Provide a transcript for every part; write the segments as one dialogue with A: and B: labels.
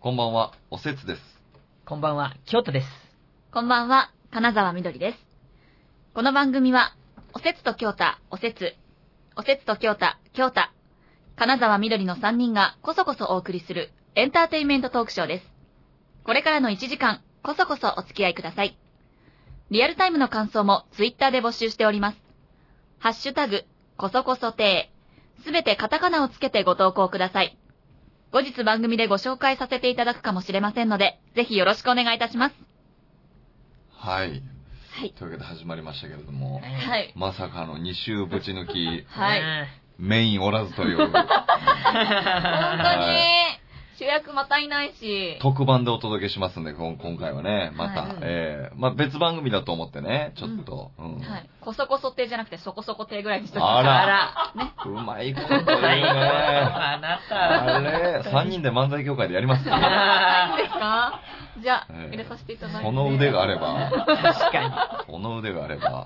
A: こんばんは、おせつです。
B: こんばんは、京都です。
C: こんばんは、金沢みどりです。この番組は、おせつと京太、おせつ、おせつと京太、京太、金沢みどりの3人がこそこそお送りするエンターテインメントトークショーです。これからの1時間、こそこそお付き合いください。リアルタイムの感想もツイッターで募集しております。ハッシュタグ、こそこそてー、すべてカタカナをつけてご投稿ください。後日番組でご紹介させていただくかもしれませんので、ぜひよろしくお願いいたします。
A: はい。
C: はい。
A: というわけで始まりましたけれども、
B: はい。
C: い。
A: まさかの2週ぶち抜き、
C: はい
A: メインおらずという、
C: 本当
A: は
C: に、主役またいないし。
A: 特番でお届けしますんで、こん今回はね、また、
C: はい
A: えー、まあ別番組だと思ってね、ちょっと、うん。
C: はい。こそこそ亭じゃなくてそこそこ亭ぐらいにしときま
A: あ
C: し
A: ら
C: た。
B: あ
A: うまいこと
B: ら。
A: 言うね。
B: あな
A: あ
B: た。
A: れ、3人で漫才協会でやりますか
C: いいんですかじゃあ、
A: ええ
C: 入れさせていただいて。
A: この腕があれば、
B: 確か
A: この腕があれば、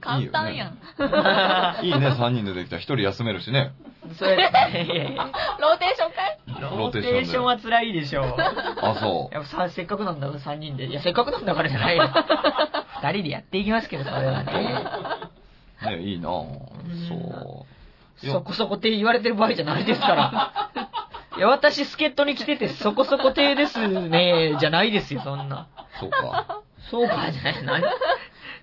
C: 簡単やん。
A: いいね、3人でできたら1人休めるしね。
B: に。それ、いやいや
C: ローテーションかい
B: ローテーションは辛いでしょう。
A: あ、そ
B: いやさせっかくなんだから3人で。いや、せっかくなんだからじゃないよ。2人でやっていきますけど、それはね。
A: う。ね、いいなそ
B: そこそこ亭言われてる場合じゃないですから。いや、私、助っ人に来てて、そこそこ亭ですね、じゃないですよ、そんな。
A: う。そう か。
B: そうか、じゃない。何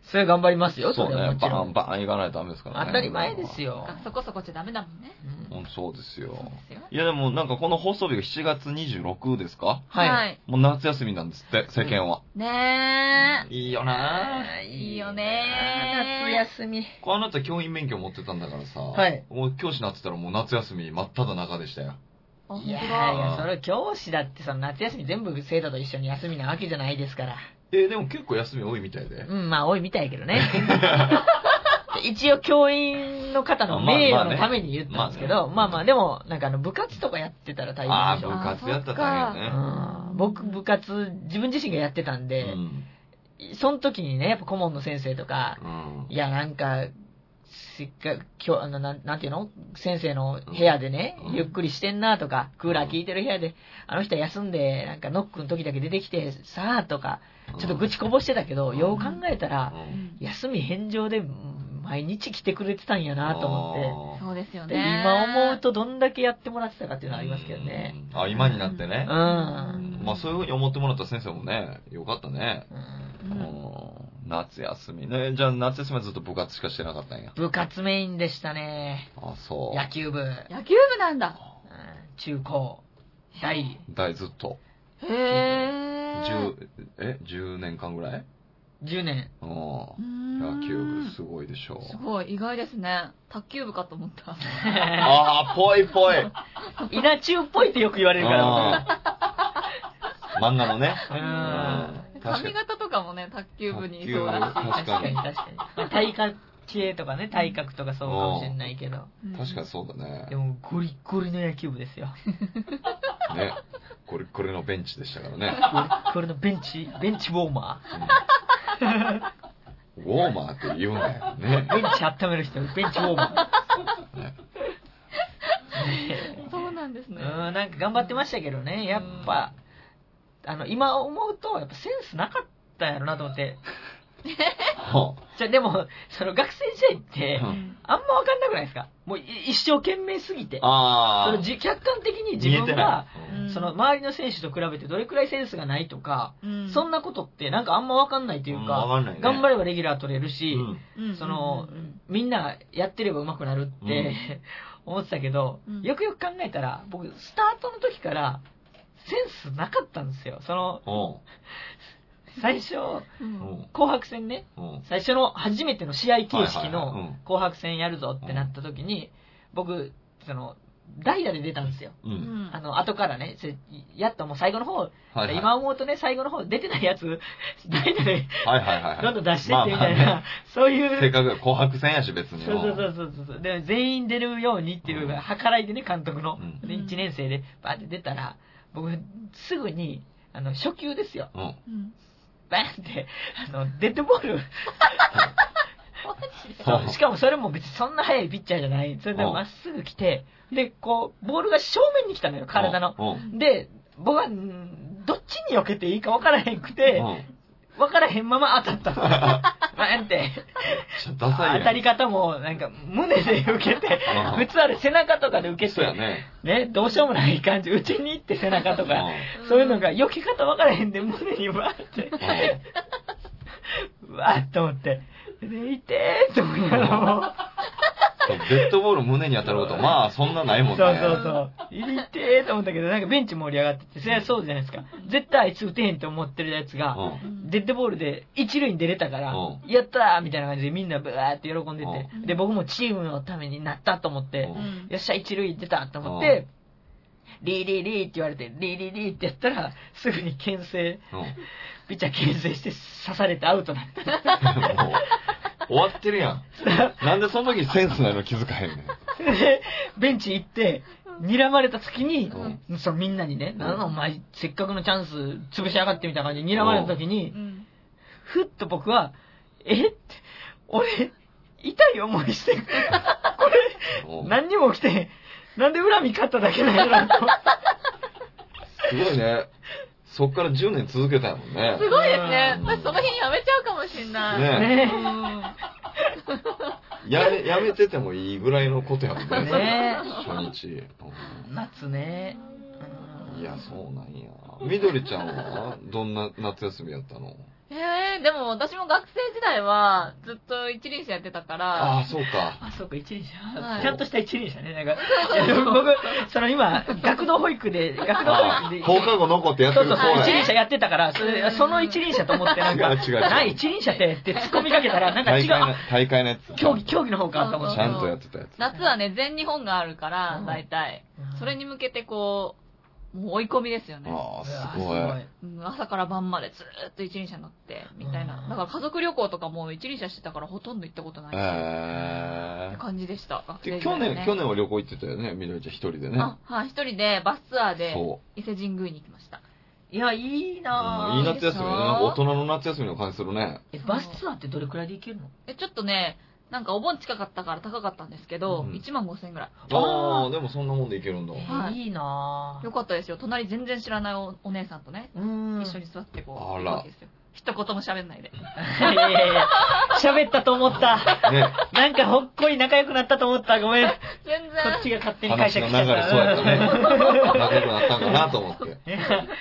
B: それ頑張りますよ、
A: そう
B: れは
A: ね
B: も、ち
A: バ
B: ろ
A: ン
B: ん。
A: バン行かないとダメですからね。
B: 当たり前ですよ。
C: そこそこじゃダメだもんね。
B: うん
A: うん。そうですよ
C: そう。ですよ。
A: いや、でもなんかこの放送日が7月26ですか
B: はい。
C: い。
A: もう夏休みなんですって、世間は。
C: ねえ。
A: いいよね
C: いいよね
B: 夏休み。
A: こうあなた教員免許持ってたんだからさ、
B: はい
A: もう教師になってたらもう夏休み真っ只中でしたよ。
C: あ、本
B: いや
C: 当
B: い
C: だ。
B: や、それ教師だってその夏休み全部生徒と一緒に休みなわけじゃないですから。
A: えーでも結構休み多いみたいで。
B: うん、まあ多いみたいやけ どね。一応教員の方の名誉のために言ったんですけど、
A: ま
B: ま
A: あま
B: あま
A: あ
B: あでも、なんかあの部活とかやってたら大
A: ああ、
B: 変でしょ。
A: 部活やったら大変ね。
B: うん僕部活、自分自身がやってたんで、その時にね、やっぱ顧問の先生とか、
A: うん。
B: いや、なんか、せっかく、今日、あの、なんなんていうの先生の部屋でね
A: うん、
B: ゆっくりしてんなとか、クーラー効いてる部屋で、あの人は休んで、なんかノックの時だけ出てきて、さあとか、ちょっと愚痴こぼしてたけ
A: う
B: ど、
A: ん
B: よう考えたら、
A: うん
B: 休み返上でうん毎日来てくれてたんやなと思
A: あー
C: そうですよ
B: って、
C: ね
B: で。今思うとどんだけやってもらってたかっていうのはありますけどね。。
A: うんあ、今になってね
B: う。ん。
A: まあそういうふうに思ってもらった先生もね、よかったね。
B: うん
C: うん
A: うん夏休みね。じゃあ夏休みはずっと部活しかしてなかったんや。
B: 部活メインでしたね。
A: あ、そ
B: 野球部、うん
C: 野球部なんだ。
B: 中高、大、
A: う。大ずっと。
C: へえ。
A: 10、え ?10 年間ぐらい
B: 10年。
A: うん。
C: うーん
A: 野球部すごいでしょ
C: すごい、意外ですね。卓球部かと思った。
A: ああ、ぽいぽい。
B: 稲中っぽいってよく言われるから
A: うん漫画のね。
B: 僕。う。
A: うんん確か
C: 髪
A: に。
C: 型とかもね、卓球部にいそう
A: 卓
C: だ
A: 球部確
B: 確
A: か
B: か
A: に
B: に確かに。まあ体格知恵とかね、体格とかそうかもしれないけど。
C: し。
A: 確かにそうだね
B: で。も、ゴリゴリの野球部ですよ。
A: ね。これ、これのベンチでしたからね。
B: ゴリゴリのベンチ、ベンチウォーマ
A: うんウォーマーって言うなよ。ね
B: ー。。 ベンチ温める人、ベンチウォーマ
A: ね
C: に。そうなんです
B: ー。う
C: ね。
B: ん、なんか頑張ってましたけどね、やっぱ、あの、今思うと、やっぱセンスなかったんやろなと思って。
A: は
B: じゃ、でも、その学生時代って
A: う、
C: ん
B: あんまわかんなくないですかもうい一生懸命すぎて。
A: あ
B: そ
A: あ
B: の
A: ー。
B: じ客観的に自
A: 見えて
B: 分が
A: な、
C: うん
B: その周りの選手と比べてどれくらいセンスがないとか、
C: うん
B: そんなことってなんかあんまわかんないと
A: い。
B: いう
A: うん
B: か、
A: わかんないね。
B: 頑張
A: れ。
B: ればレギュラー取れるし、その
C: うん
B: みんなやってれば上手くなるって 思ってたけど
C: うん、
B: よくよく考えたら、僕、スタートの時から、センスなかったんですよ。その、
A: うん。
B: 最 初、
C: う
A: うん
C: うん
A: ん。
B: 紅白戦ね、
A: うん。
B: 最初の初めての試合形式
A: はいはいはいうん
B: の紅白戦やるぞってなった時に、僕、その、代打で出たんですよ。
A: う。
C: うんん
B: あの、後からね、それやっともう最後の方、
A: はいはい。
B: 今思うとね、最後の方出てないやつ、代打で
A: はいはいはいはい。
B: どんどん出してってみたいな、
A: まあまあね
B: そう
A: せ
B: い
A: っ
B: う、
A: かくだから紅白戦やし、別に。
B: そうそうそうそうそう、で全員出るようにっていう
A: うん
B: 計らいでね、監督の、
A: うん
B: で1年生でバーって出たら、僕、すぐに、あの、初級ですよ。
A: うん。
C: うん
B: バーンって、あの、デッドボール。
A: そう
B: しかもそれも別にそんな速いピッチャーじゃない。それで
A: うん
B: まっすぐ来て、で、こう、ボールが正面に来たのよ、体の。
A: うん。
B: で、僕は、んどっちに避けていいか分からへんくて、
A: うん
B: 分からへんまま当たった。 なんて、
A: ちょっとダサいやん。
B: 当たり方も、なんか、胸で受けて、
A: うん
B: 普通あれ背中とかで受け
A: そうや
B: て、
A: ね。
B: ね、どうしようもない感じ、うちに行って背中と
A: う
B: か、
A: ん
B: そういうのが、避け方分からへんで、胸にわーって、うわーって思って、で、いてーって思いながらも、
A: デッドボール胸に当たること、まあそんなないもんね。
B: そうそうそう。いてーと思ったけど、なんかベンチ盛り上がってて、それはそうじゃないですか。絶対あいつ打てへんと思ってるやつが、
A: うん
B: デッドボールで一塁に出れたから
A: う、
B: やったーみたいな感じでみんなブワーって喜んで
C: うん
B: て、で、僕もチームのためになったと思って
A: う、
C: ん
B: よっしゃ、一塁出たと思って、リーリーリーって言われて、リーリーリーってやったら、すぐに牽制、
A: うん。も
B: ピッチャー牽制して刺されてアウトな った。
A: う、終わってるやん。なんでその時センスないの気づかへんねん。
B: で、ベンチ行って、睨まれた時に、
A: うん
B: そうみんなにね、
A: ん
B: なんだお前、せっかくのチャンス潰しやがってみたいな感じで睨まれた時に、
C: うん
B: ふっと僕は、えって、俺、痛い思いして、
A: もう
B: 何にも起きてへん、なんで恨み勝っただけなんやろと。
A: すごいね。そっから10年続けたやもんね
C: す。ごいですね。
A: うん
C: 私その辺やめちゃうかもしんない。
A: ね
C: う
B: ね
C: ん
A: やめ、やめててもいいぐらいのことやもんね。
B: え。ね
A: 初日。
B: え。夏ね。うん
A: いや、そうなんや。みどりちゃんはどんな夏休みやったの
C: えー、でも私も学生時代はずっと一輪車やってたから、
A: ああ、そうか。
B: あ、そうか、一輪車、
C: はい
B: ちゃんとした一輪車ね。なんか、いや僕、その今、学童保育で、学童
A: あ
B: 保育で、
A: 放課後残ってやって
B: そ
A: る
B: うそう
A: 子
B: そう、
A: や
B: 一輪車やってたから、それその一輪車と思って、なんか、
A: 違う違う
B: ない、一輪車って、って突っ込みかけたら、なんか違
A: 大会の
B: う、、
A: 大会のやつ。
B: 競技、競技の方かと思っ
A: ち
B: て
A: ゃ。んとやってたやつ。
C: 夏はね、全日本がある
B: う
C: から
B: ん、
C: 大体。それに向けてこう、もう追い込みですよね。
A: ああ、す
B: う
A: ご
B: わ
A: い。
C: うん朝から晩までずーっと一輪車乗って、みたいな
B: う。ん
C: だから家族旅行とかも一輪車してたからほとんど行ったことない。
A: え
C: 感じでした。
A: え。で去
C: 学生時代はね
A: 年、去年は旅行行ってたよね、みどりちゃん一人でね。
C: あ、はい、一人でバスツアーで
A: そう。
C: 伊勢神宮に行きました。
B: いや、いいなぁ
A: いい夏休みね。
C: いいでしょ
A: 大人の夏休みの感じするね。
B: え、バスツアーってどれくらいで行けるの
C: え、ちょっとね、なんかお盆近かったから高かったんですけど、
A: うん
C: 1万5千円ぐらい。
B: あー
A: ああ、でもそんなもんでいけるんだ。
B: え
A: あ
B: ー
C: はい
B: いなぁ
C: よかったですよ。隣全然知らないおお姉さんとね、
B: うん。
C: 一緒に座ってこう、
A: あら
C: 行くわけですよ一言も喋んないで。
B: いやいやいや、喋ったと思った。
A: ね。
B: なんかほっこり仲良くなったと思った。ごめん。こ
C: 全
B: っちが
C: 然。
B: 勝手に解
A: 話の
B: 釈し
A: 流
B: ちゃ
A: れ
B: っ
A: そう
B: た。
A: や ったね。仲良くなったんかなと思って。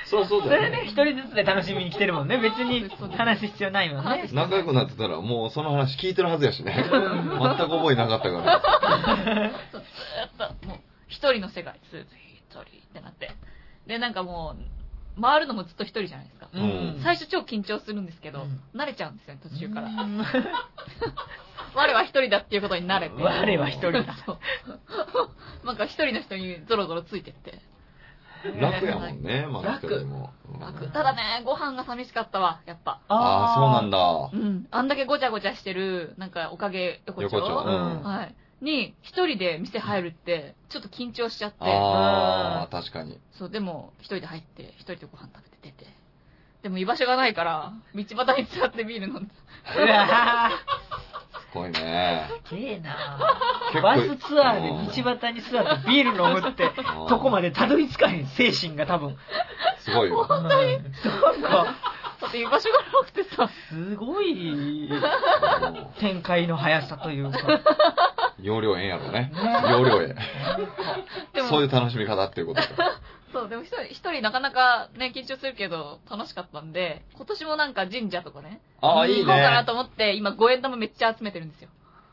A: そうそう
B: そ
A: だよ
B: れ
A: ね。
B: ね、一人ずつで楽しみに来てるもんね。別に話す必要ないもんね。
A: 仲良くなってたらもうその話聞いてるはずやしね。全く覚えなかったから。
C: ずーっと、もう、一人の世界、ずーっと一人ってなって。で、なんかもう、回るのもずっと一人じゃないですか。
A: うん
C: 最初超緊張するんですけど、
B: うん
C: 慣れちゃうんですよね、途中
B: か
C: から ら。我は一人だっていうことに慣れて。
B: 我は一人だ。
C: そう。 なんか一人の人にゾロゾロついてって。
A: 楽やもんね、まあ
B: 楽
A: 一人も。うん
C: 楽ただね、ご飯が寂しかったわ、やっぱ。
A: ああ、そうなん
B: だ。
A: だ
C: う。ん。あんだけごちゃごちゃしてる、なんかおかげ横丁
A: 横丁。うん
C: はい。に、一人で店入るって、ちょっと緊張しちゃって、
A: あ
B: うん
A: あ、確かに。
C: そう、でも、一人で入って、一人でご飯食べて出て。でも居場所がないから、道端に座ってビール飲んだ。
B: うわ
A: すごいね。
B: ぁ、すげえなぁ
A: 結構
B: バスツアーで道端に座ってビール飲むって、とこまでたどり着かへん精神が多分。
A: すごい よ。
B: 本当になんか、
C: だって居場所がなくてさ、
B: すごい展開の速さとい うか。
A: 容量ええんやろね。
B: ね
A: 容量ええ
C: で。も
A: そういう楽しみ方っていうことか。
C: そう、でも一人、一人なかなかね、緊張するけど、楽しかったんで、今年もなんか神社とかね、
A: ああ、いいね。
C: 行こうかなと思って、今5円玉めっちゃ集めてるんですよ。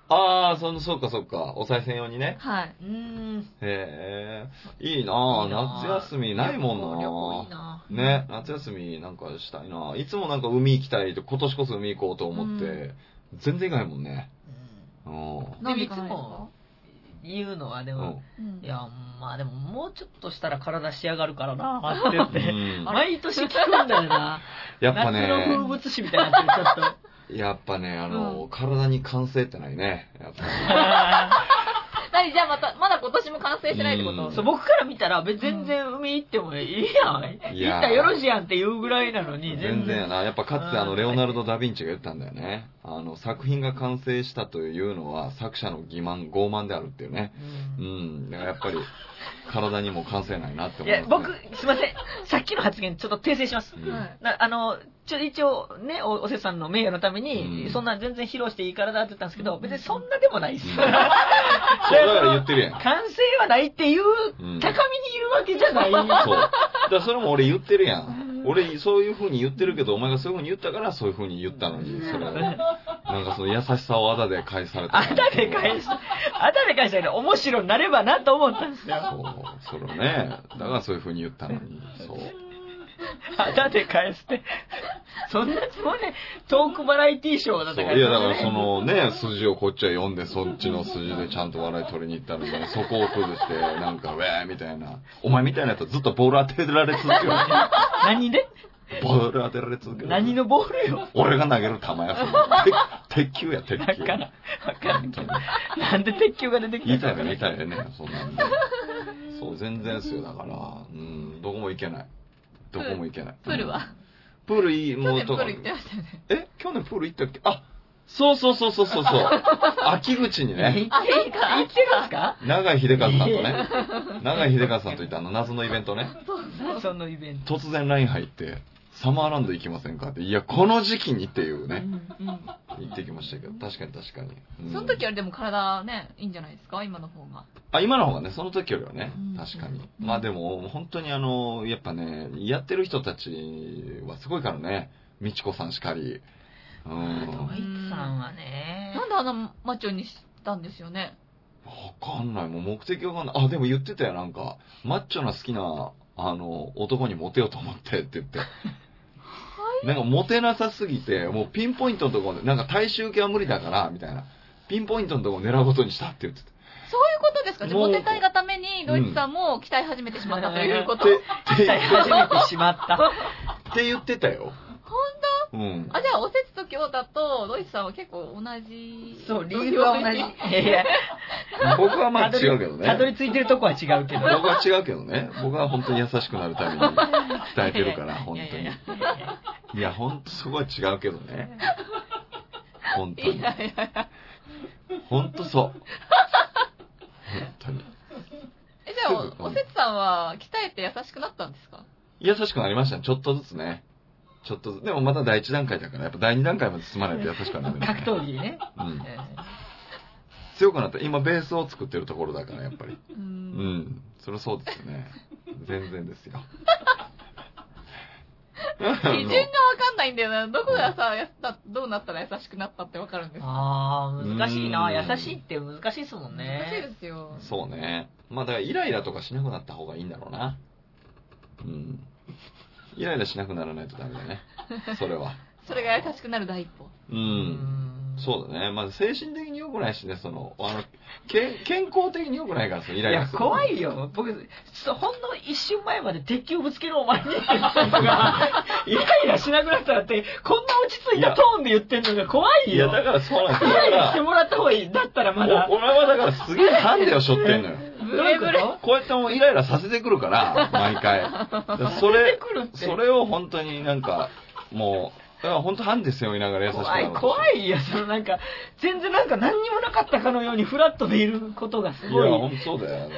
A: ああ、その、そうかそうか。お賽銭用にね。
C: はい。
B: うーん。
A: へえ。いいなあ
B: いいなあ
A: 夏休みないも
B: 旅行い
A: ん
B: い
A: な
B: な
A: あね、夏休みなんかしたいなあいつもなんか海行きたいと、今年こそ海行こうと思って、
C: う
A: 全然行かないもんね。
B: う
A: うん。
C: なんで
B: いつもん言うのはで
A: う
B: も
A: ん、
C: うん
B: いや、まあでももうちょっとしたら体仕上がるからなって言っ
A: う
B: て。
A: ん
B: 毎年聞くんだよな。
A: やっぱ
B: 夏の風
A: ね、
B: 物詩みたいになってる、ちょっ
A: やっぱね、あの、
C: う
A: 体に完成ってないね。やっぱ
B: と。
C: な何じゃあまた、まだ今年も完成してないってこ
A: う
C: と
A: ん
B: そう、僕から見たら、別全然海行ってもいいやん。
A: いや
B: 行ったらよろしいやんっていうぐらいなのに、
A: 全然やな。やっぱかつてあの、レオナルド・ダ・ヴィンチが言ったんだよね。あの、作品が完成したというのは、作者の欺瞞、傲慢であるっていうね。
B: うん
A: うん。だからやっぱり、体にも感性ないなって思
B: いや、
A: います
B: 僕
A: ね、
B: すいません。さっきの発言、ちょっと訂正します。
A: うん
C: はい
B: なあの、ちょ、一応ね、お、おせさんの名誉のために、
A: うん
B: そんな全然披露していいからだって言ったんですけど、
C: うん
B: 別にそんなでもないです。
A: うん
B: だから
A: そうだから言ってるやん
B: 完成はないっていう、高み
A: うん
B: に言うわけじゃな い。
A: そう。だからそれも俺言ってるやん。俺、そういう風に言ってるけど、お前がそういう風に言ったから、そういう風に言ったのに、それはね。なんかその優しさをあだで返された。
B: あたで返し、あたで返したけど、面白になればなと思ったんですよ。
A: そう、それをね。だからそういう風に言ったのに。そう。
B: あたで返すって。そんなつもりね、トークバラエティショーだっ
A: そ
B: た
A: う
B: から。
A: いや、だからそのね、筋をこっちは読んで、そっちの筋でちゃんと笑い取りに行ったのに、そこを崩して、なんか、ウェーみたいな。お前みたいなやつはずっとボール当てられ続ける。
B: 何で
A: ボール当てられ続ける。
B: 何のボールよ。
A: 俺が投げる球や、それ鉄鉄球や、鉄
B: わ
A: 球。
B: からん。わからんけど。なんで鉄球が出てきた
A: 言いたい
B: か
A: ね、言いたいね、そんなんで。そう、全然っすよ、だから。うん、どこも行けない。どこも行けない。
C: プールは
A: プールいい、もう
C: 去年プ
A: と
C: ール行ってましたよね。
A: え去年プール行ったっけあ、そうそうそうそうそうそう。秋口に
B: え
A: ね。
B: 行ってるか行ってるんですか
A: 長井秀和さんと ね。長井秀和さんといったあの謎のイベントね。
B: そのイベント。
A: 突然 LINE 入って、サマーランド行きませんかって。いや、この時期にっていうね。行ってきましたけど、確かに確かに。うん
C: その時よりでも体ね、いいんじゃないですか今の方が。
A: あ、今の方がね、その時よりはね
C: うん、
A: 確かに。
C: うん
A: まあでも、本当にあの、やっぱね、やってる人たちはすごいからね、みちこさんしかり。うん。
B: ドイツさんはね。
C: なんであんなマッチョにしたんですよね。
A: わかんない。もう目的わかんない。あ、でも言ってたよ、なんか。マッチョな好きな、あの、男にモテようと思ってって言って。なんかモテなさすぎて、もうピンポイントのところで、なんか大衆受けは無理だから、みたいな。ピンポイントのところを狙うことにしたって言ってた。
C: そういうことですかじゃあ
A: も
C: モ
A: う
C: テたいがために、ドイツさんも鍛え始めてしまったということ。
A: って、って
B: 歌い始めてしまった。
A: って言ってたよ。
C: 本
A: うん
C: 当。あ、じゃあ、おせつと京だと、ドイツさんは結構同じ。
B: そう、理由は 同じ。いやいや
A: 僕はまあ違うけどね。
B: たどり着いてるとこは違うけど。
A: 僕は違うけどね。僕は本当に優しくなるため に伝えてるから、本
C: い
A: 当
C: やいやい
A: に。
C: や
A: いや、本当そこは違うけどね。本当
C: い
A: に。
C: やいやいや。
A: 本当そう。本当に。
C: え、じゃあ、おせつさんは鍛えて優しくなったんですか
A: 優しくなりましたね。ちょっとずつね。ちょっとずつ。でもまた第一段階だから、やっぱ第二段階まで進まないと優しくはなる、ね。
B: 格闘技ね。
A: うん。
B: え
A: 強くなった。今、ベースを作ってるところだから、やっぱり。う
C: う。
A: んん。そりゃそうですよね。全然ですよ。
C: 基準がわかんないんだよな。どこがさ、やったどうなったら優しくなったってわかるんで
B: ー
C: すか
B: あー、難しいな。
A: うん
B: 優しいって難しいですもん
C: 難しい
B: ね。
C: ですよ。
A: そうね。まあだからイライラとかしなくなった方がいいんだろうな。うん。イライラしなくならないとダメだね。それは。
C: それが優しくなる第一歩。
A: う。
B: うん
A: そうだね。まあ精神的に良くないしね、その、あの、け健康的に良くないから、そのイラ
B: い
A: イラ
B: や、
A: する。
B: 怖
A: い。
B: いよ。僕、そうほんの一瞬前まで鉄球ぶつけるお前に 言ってたのが、イライラしなくなったらって、こんな落ち着いたトーンで言ってんのが怖い
A: いや、
B: よ。
A: だからそうなん
B: イライラし
A: だ
B: て
A: よ。
B: もらった方がいい。だったら
A: だか
B: ま
A: ら
B: だ
A: お、。お前はだからすげえハンデを背負ってんのよ。
C: ブレブレ。
A: こうやってもうイライラさせてくるから、毎回。だからそ
B: 出て
A: れ、
B: くるって。
A: それを本当になんか、もう、だから本当ハンデ背負いながら優しくな
B: 怖
A: る
B: い、怖いよ。そのなんか、全然なんか何にもなかったかのようにフラットでいることがす
A: い
B: ご
A: や、
B: い。
A: 本当そうだよ。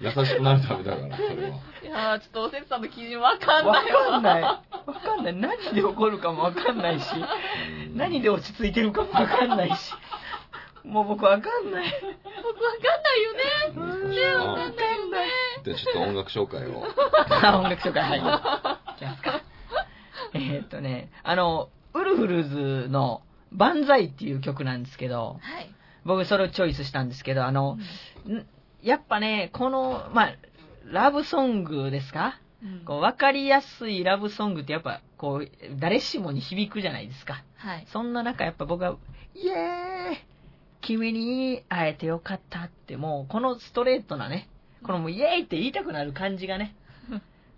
A: 優しくなるためだから、それは。
C: いやー、ちょっとおせつさんの基準わかん
B: わ
C: ないわ。
B: かんない。わかんない。何で怒るかもわかんないし、何で落ち着いてるかもわかんないし。もう僕わかんない。
C: 僕わかんないよね。ねえ、わかんないよね。
A: で、ちょっと音楽紹介を。
B: あ音楽紹介、はい。じゃあえーっとね、あの、ウルフルズの万歳っていう曲なんですけど、
C: はい。
B: 僕それをチョイスしたんですけど、あの、んやっぱね、この、まあ、ラブソングですか
C: うん
B: こう、わかりやすいラブソングってやっぱ、こう、誰しもに響くじゃないですか。
C: はい。
B: そんな中やっぱ僕は、イエーイ君に会えてよかったって、もうこのストレートなね、このもうイエーイって言いたくなる感じがね、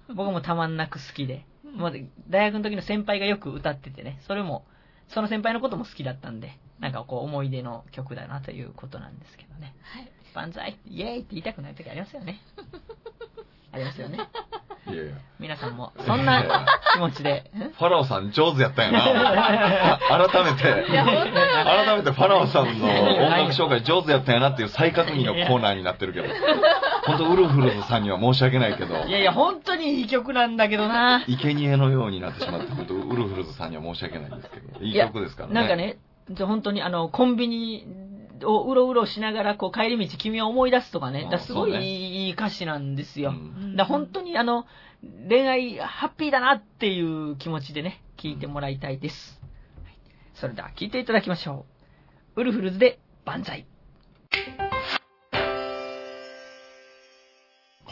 B: 僕もたまんなく好きで、もう大学の時の先輩がよく歌っててね、それも、その先輩のことも好きだったんで、なんかこう思い出の曲だなということなんですけどね。
C: はい。
B: 万歳、イエーイって言いたくない時ありますよね。ありますよね。
A: いやいや。
B: 皆さんも、そんな気持ちで。
A: ファラオさん上手やったんやな。あ改めて、
C: いや、本当よね。
A: 改めてファラオさんの音楽紹介上手やったんやなっていう再確認のコーナーになってるけど。本当ウルフルズさんには申し訳ないけど、
B: いやいや、本当にいい曲なんだけどな。
A: 生贄のようになってしまって、本当ウルフルズさんには申し訳ないんですけど、いい曲ですからね。
B: なんかね、本当にあの、コンビニをうろうろしながら、こう、帰り道、君を思い出すとかね、
A: あ
B: だからすごい
A: そうね
B: いい歌詞なんです
A: う
B: よ。
A: ん、
B: だから本当にあの、恋愛ハッピーだなっていう気持ちでね、聞いてもらいたいです。はいそれでは聞いていただきましょう。ウルフルズで万歳。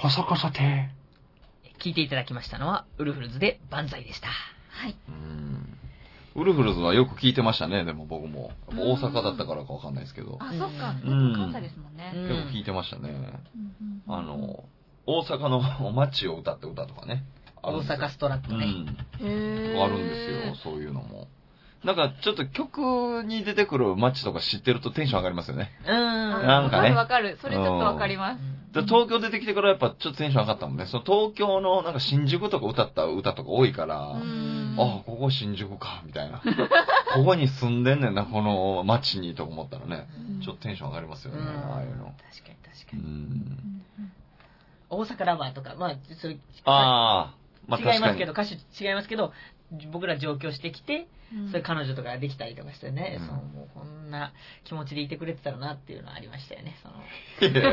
D: カサカサて
B: 聞いていただきましたのは、ウルフルズで万歳でした。
C: はい。
A: うんウルフルズはよく聞いてましたね、でも僕も。大阪だったからかわかんないですけど。
C: あ、そっか。
A: うん
C: 関西ですもんね。
A: よく聞いてましたね。
C: うん
A: あ、の、大阪の街を歌って歌とかね。あるん
B: 大
A: ですよ
B: 阪ストラップ
A: う
B: ね。
A: ん。
C: へー
A: あるんですよ、。そういうのも。なんか、ちょっと曲に出てくる街とか知ってるとテンション上がりますよね。
B: うん。
C: あ
A: なんかね
C: わかるわかる。それちょっとわかります。
A: で東京出てきてからやっぱちょっとテンション上がったもんね。その東京のなんか新宿とか歌った歌とか多いから、
C: う
A: あ
C: ん
A: あ、ここ新宿か、みたいな。 ここに住んでんねんな、この街にと思ったらね。
B: うん
A: ちょっとテンション上がりますよね、ああいうの。
B: 確かに確
A: う
B: かに。
A: ん。
B: 大阪ラバーとか、まあ、それ、
A: ああ、まあ
B: 違い
A: 確
B: ま
A: か
B: すけ
A: に
B: ど、。歌手違いますけど、僕ら上京してきて、
C: うん
B: それ彼女とかができたりとかしてね、
A: うん
B: そのもうこんな気持ちでいてくれてたらなっていうのはありましたよね。その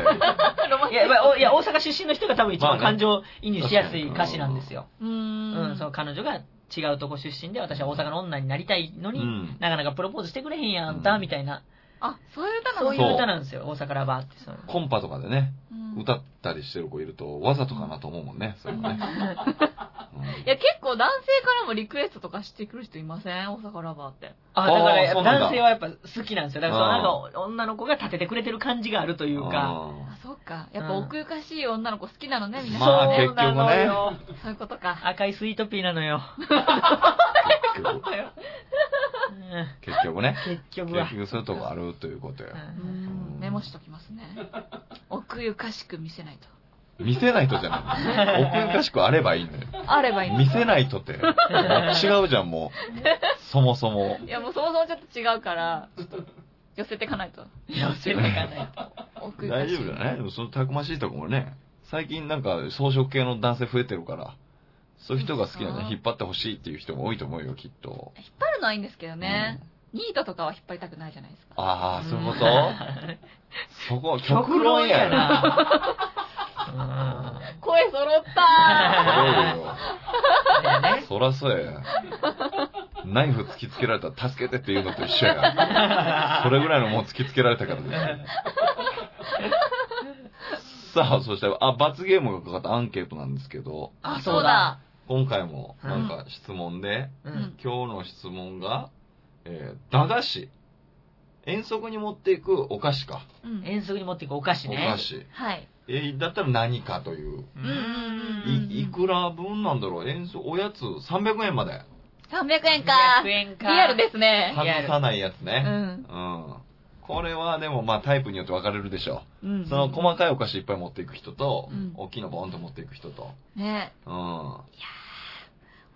B: い
C: ロマンチッ
B: や、まあおいや大阪出身の人が多分一
A: まあ
B: 番
A: ね
B: 感情移入しやすい歌詞なんですよ。
C: クう
B: うんん、その彼女が違うとこ出身で私は大阪の女になりたいの
A: う
B: に、
A: ん。
B: なかなかプロポーズしてくれへんやん、あんた、
A: うん
B: みたいな、
C: あ、そういう歌な
B: そ
C: の
B: ういう歌なんですよ、大阪ラバーって。その
A: コンパとかでね、
C: うん
A: 歌ったりしてる子いると、わざとかなと思うもんね、それもね。うん
C: いや、結構男性からもリクエストとかしてくる人いません大阪ラバーって。
B: あ、だから
A: あー
B: やっ
A: そ
B: ぱ
A: うなんだ
B: 男性はやっぱ好きなんですよ。だからその
A: あー
B: なんか女の子が立ててくれてる感じがあるというか。
C: あ
A: あ、
C: そっか。やっぱ奥ゆかしい女の子好きなのね、皆
A: ま
C: さ
A: あ
C: ん
B: そう
C: ね。
B: なのよ
C: そういうことか。
B: 赤いスイートピーなのよ。
A: 結局
B: うん
A: 結局ね。
B: 結局は
A: 結。局そういうとこあるということよ。
C: うんメモしと きますね。奥ゆかしく見せないと。
A: 見せないとじゃない。奥ゆかしくあればいいんだよ。
C: あればいいの
A: 見せないとって。もう違うじゃん、もう。そもそも。
C: いや、もうそもそもちょっと違うから、ちょっと寄せていかないと。
B: 寄せていかないと。
C: 奥ゆか
A: 大
C: し
A: 丈
C: く
A: 夫じゃないでもそのたくましいとこもね。最近なんか装飾系の男性増えてるから、そういう人が好きな
C: そう
A: の
C: か
A: 引っ張ってほしいっていう人も多いと思うよ、きっと。
C: 引っ張るのはいいんですけどね。ニートとかは引っ張りたくないじゃないですか。
A: ああ、そういうこと
B: と
A: そこは極論やな。
B: な。
C: 声揃 った
A: そうよ
B: うんだよね
A: そらそうや。ナイフ突きつけられたら助けてっていうのと一緒や。それぐらいのもう突きつけられたからです。さあ、そして、あ、罰ゲームがかかったアンケートなんですけど、
B: あ、そうだ。。
A: 今回もなんか質問で、
B: う
C: うん
B: ん。
A: 今日の質問が、えー駄菓子。遠足に持っていくお菓子か。
C: うん
B: 遠足に持っていくお菓子
A: お
B: ね
A: 菓。子。
C: はい。
A: えーだったら何かという。
B: う
C: うんうん
B: ん
C: うんうん。
A: いいくら分なんだろう遠足、おやつ300円まで。
C: 300円か。
B: 100
C: リ
B: 円か。
C: アルですね。
B: リアル
A: 外さないやつね。
C: うん。
A: うん。これはでもまあタイプによって分かれるでしょ
C: うん
A: う。その細かいお菓子いっぱい持っていく人と、
C: うん
A: 大きいのボーンと持っていく人と。
C: ね
A: うん。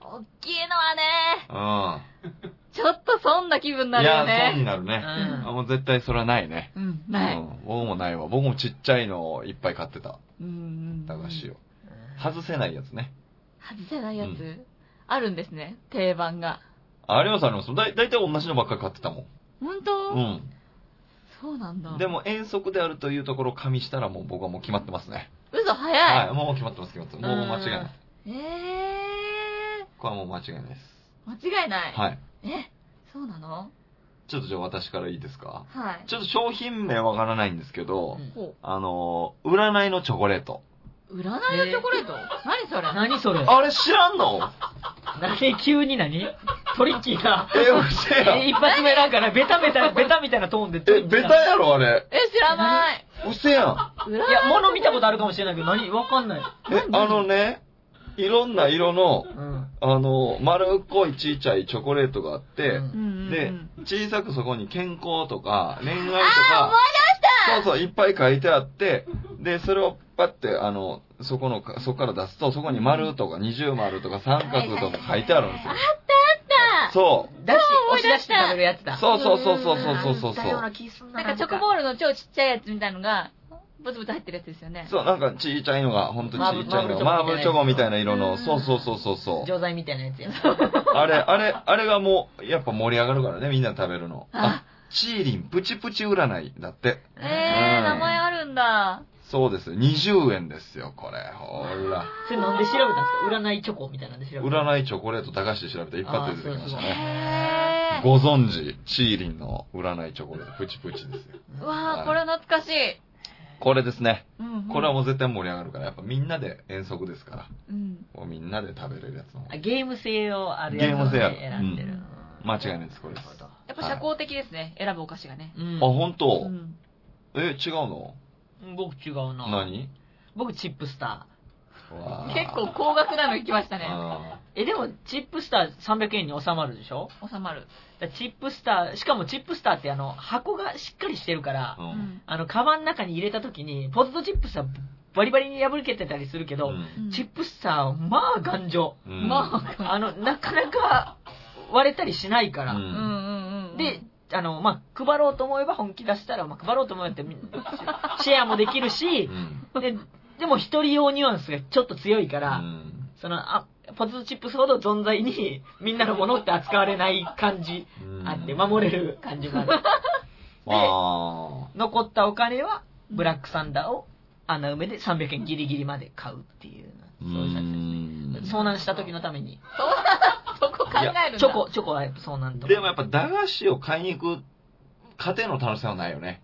C: 大きいのはね、
A: うん。
C: ちょっと損な気分にないるよ
A: や、そう
C: ね。
A: になる
B: う
A: ね。
B: ん
A: あもう絶対それはないね。
C: うん、な
A: う
C: い。
A: ん。僕もないわ。僕もちっちゃいのをいっぱい買ってた。
C: うん。
A: 駄菓子を。
B: うん
A: 外せないやつね。
C: 外せないや
A: う
C: つ。あるんですね、定番が。
A: ありますあります。だいたい同じのばっかり買ってたも
C: 本当
A: ん。
C: そうなん
A: う
C: だ。
A: ん。で、も遠足であるというところを加味したらもう僕はもう決まってますね。
C: 嘘
A: は
C: 早い。
A: い。もう決まってます決まってます。もう間違いない。
C: ええ
A: これはもう間違いないです。
C: ー、間違いない。
A: はい。
C: え、そうなの
A: ちょっとじゃあ私からいいですか
C: はい。
A: ちょっと商品名わからないんですけど、
B: うん
C: ほ
A: あの、占いのチョコレート。
C: う。占いのチョコレート、何それ
B: 何それ
A: あれ知らん の
B: 何急に何トリッキーな。
A: え、教
B: え
A: え
B: 一発目なんかね、ベタベ タ、ベタみたいなトーンで。
A: やん。え、ベタやろあれ。
C: え、知らない。
A: うせやん。
C: 占い
B: いや、物見たことあるかもしれないけど、何わかんない。
A: え、あのね、いろんな色の、
B: うん。
A: あの、丸っこいちっちゃいチョコレートがあって、
B: うん
C: うんうんうん
A: で、小さくそこに健康とか、恋愛と
C: あー、思い
A: か、そうそう、いっぱい書いてあって、で、それをパッて、あの、そこの、そこから出すと、そこに丸とか二重丸とか三角とかも書いてあるんですよ。そう。
B: だし、
C: 思
B: 押し
C: い出
B: 出
C: し
B: したて食べるやつだ。
A: そうそうそうそうそうそうそう
B: だような気すんな。
C: なんかチョコボールの超ちっちゃいやつみたいのが、ブツブツ入ってるやつですよね。
A: そう、なんかちいちゃいのが、ほんとちいちゃいのが、マ
B: マ
A: ーブル
B: ーブ
A: チ
B: チ
A: ョ
B: ョ
A: コ
B: コ
A: み
B: み
A: たい
B: たい
A: な色の、
C: うん
A: そうそうそうそうそう。
B: 錠剤みたいなや つや。
A: あれ、あれ、あれがもう、やっぱ盛り上がるからね、みんな食べるの。あ、チーリンプチプチ占いだって。
C: えー、名前あるんだ。
A: そうです。20円ですよ、これ。ほら。
B: それなんで調べたんですか占いチョコみたいなんで調べたい。
A: 占いチョコレート高橋で調べて一発で出てきました
C: へ
B: あ
A: ね。
C: え
A: ご存知、チーリンの占いチョコレート、プチプチですよ。
C: ー。わー、これ懐かしい。
A: これですね。
C: うんうん
A: これはもう絶対盛り上がるから、やっぱみんなで遠足ですから。
C: うん。
A: もうみんなで食べれるやつの。
B: あゲーム性をあるやつ
A: ゲーム性や
B: 選んでる。
A: 間違いないです、これで
B: なる
A: す
B: ほ。ど
A: あ、
C: やっぱ社交的ですね、選ぶお菓子がね。
B: うん。
A: 本
C: う
A: 当
C: ん。
A: え、違うの
B: 僕違うな。
A: 何
B: 僕チップスタ
A: わー
C: 結構高額なのいきましたね。
A: あ
B: ー。え、でも、チップスター300円に収まるでしょ
C: 収まる。
B: だからチップスター、しかもチップスターってあの、箱がしっかりしてるから
A: ー、
C: う
A: うん。
C: ん。
B: あの、カバンの中に入れた時に、ポテトチップスターバリバリに破けてたりするけど、
A: うん
B: チップスターはまあ頑丈。
A: うん
C: まあ、
B: あの、なかなか割れたりしないか
A: う
B: ら。
C: うんうんんうん。
B: で、あの、まあ、配ろうと思えば本気出したら、まあ、配ろうと思えばってみんな、シェアもできるし、で、でも一人用ニュアンスがちょっと強いから、
A: うん
B: その、あ、ポテトチップスほど存在に、みんなのものって扱われない感じ
A: うん
B: あって、守れる感じもある。
A: あ
B: 残ったお金は、ブラックサンダーを穴埋めで300円ギリギリまで買うっていう、
A: ーう
B: そういう作戦
A: ん
B: 遭難した時のために。
C: そこ考えるんだ。
B: チョ。コ、チョコはやっぱ遭難とか。
A: でもやっぱ駄菓子を買いに行く過程の楽しさはないよね。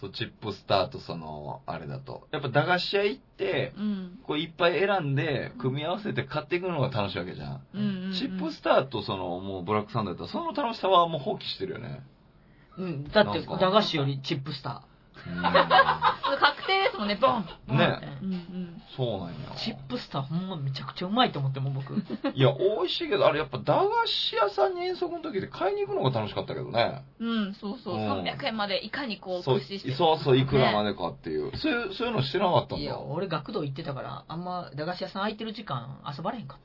A: そう、チップスターとその、あれだと。やっぱ駄菓子屋行って、
C: うん。
A: こういっぱい選んで、組み合わせて買っていくのが楽しいわけじゃん。
C: うんうんうん。
A: チップスターとその、もうブラックサンダーだったら、その楽しさはもう放棄してるよね。
B: うん、だっ
A: な
B: て
A: んすか
B: 駄菓子よりチップスタ
C: 確定ですもんね、ボン。
A: うんね
C: うんうん。
A: そうなんや。
B: チップスターほんまめちゃくちゃうまいと思ってもう僕。
A: いや、美味しいけど、あれやっぱ駄菓子屋さんに遠足の時で買いに行くのが楽しかったけどね。
C: うん、そうそう。
A: うん
C: 300円までいかにこう、
A: そう
C: 駆使して。
A: そうそう、いくらまでかっていう。そういう、そういうのしてなかったん
B: い
A: だ
B: や、。俺学童行ってたから、あんま駄菓子屋さん空いてる時間遊ばれへんかっ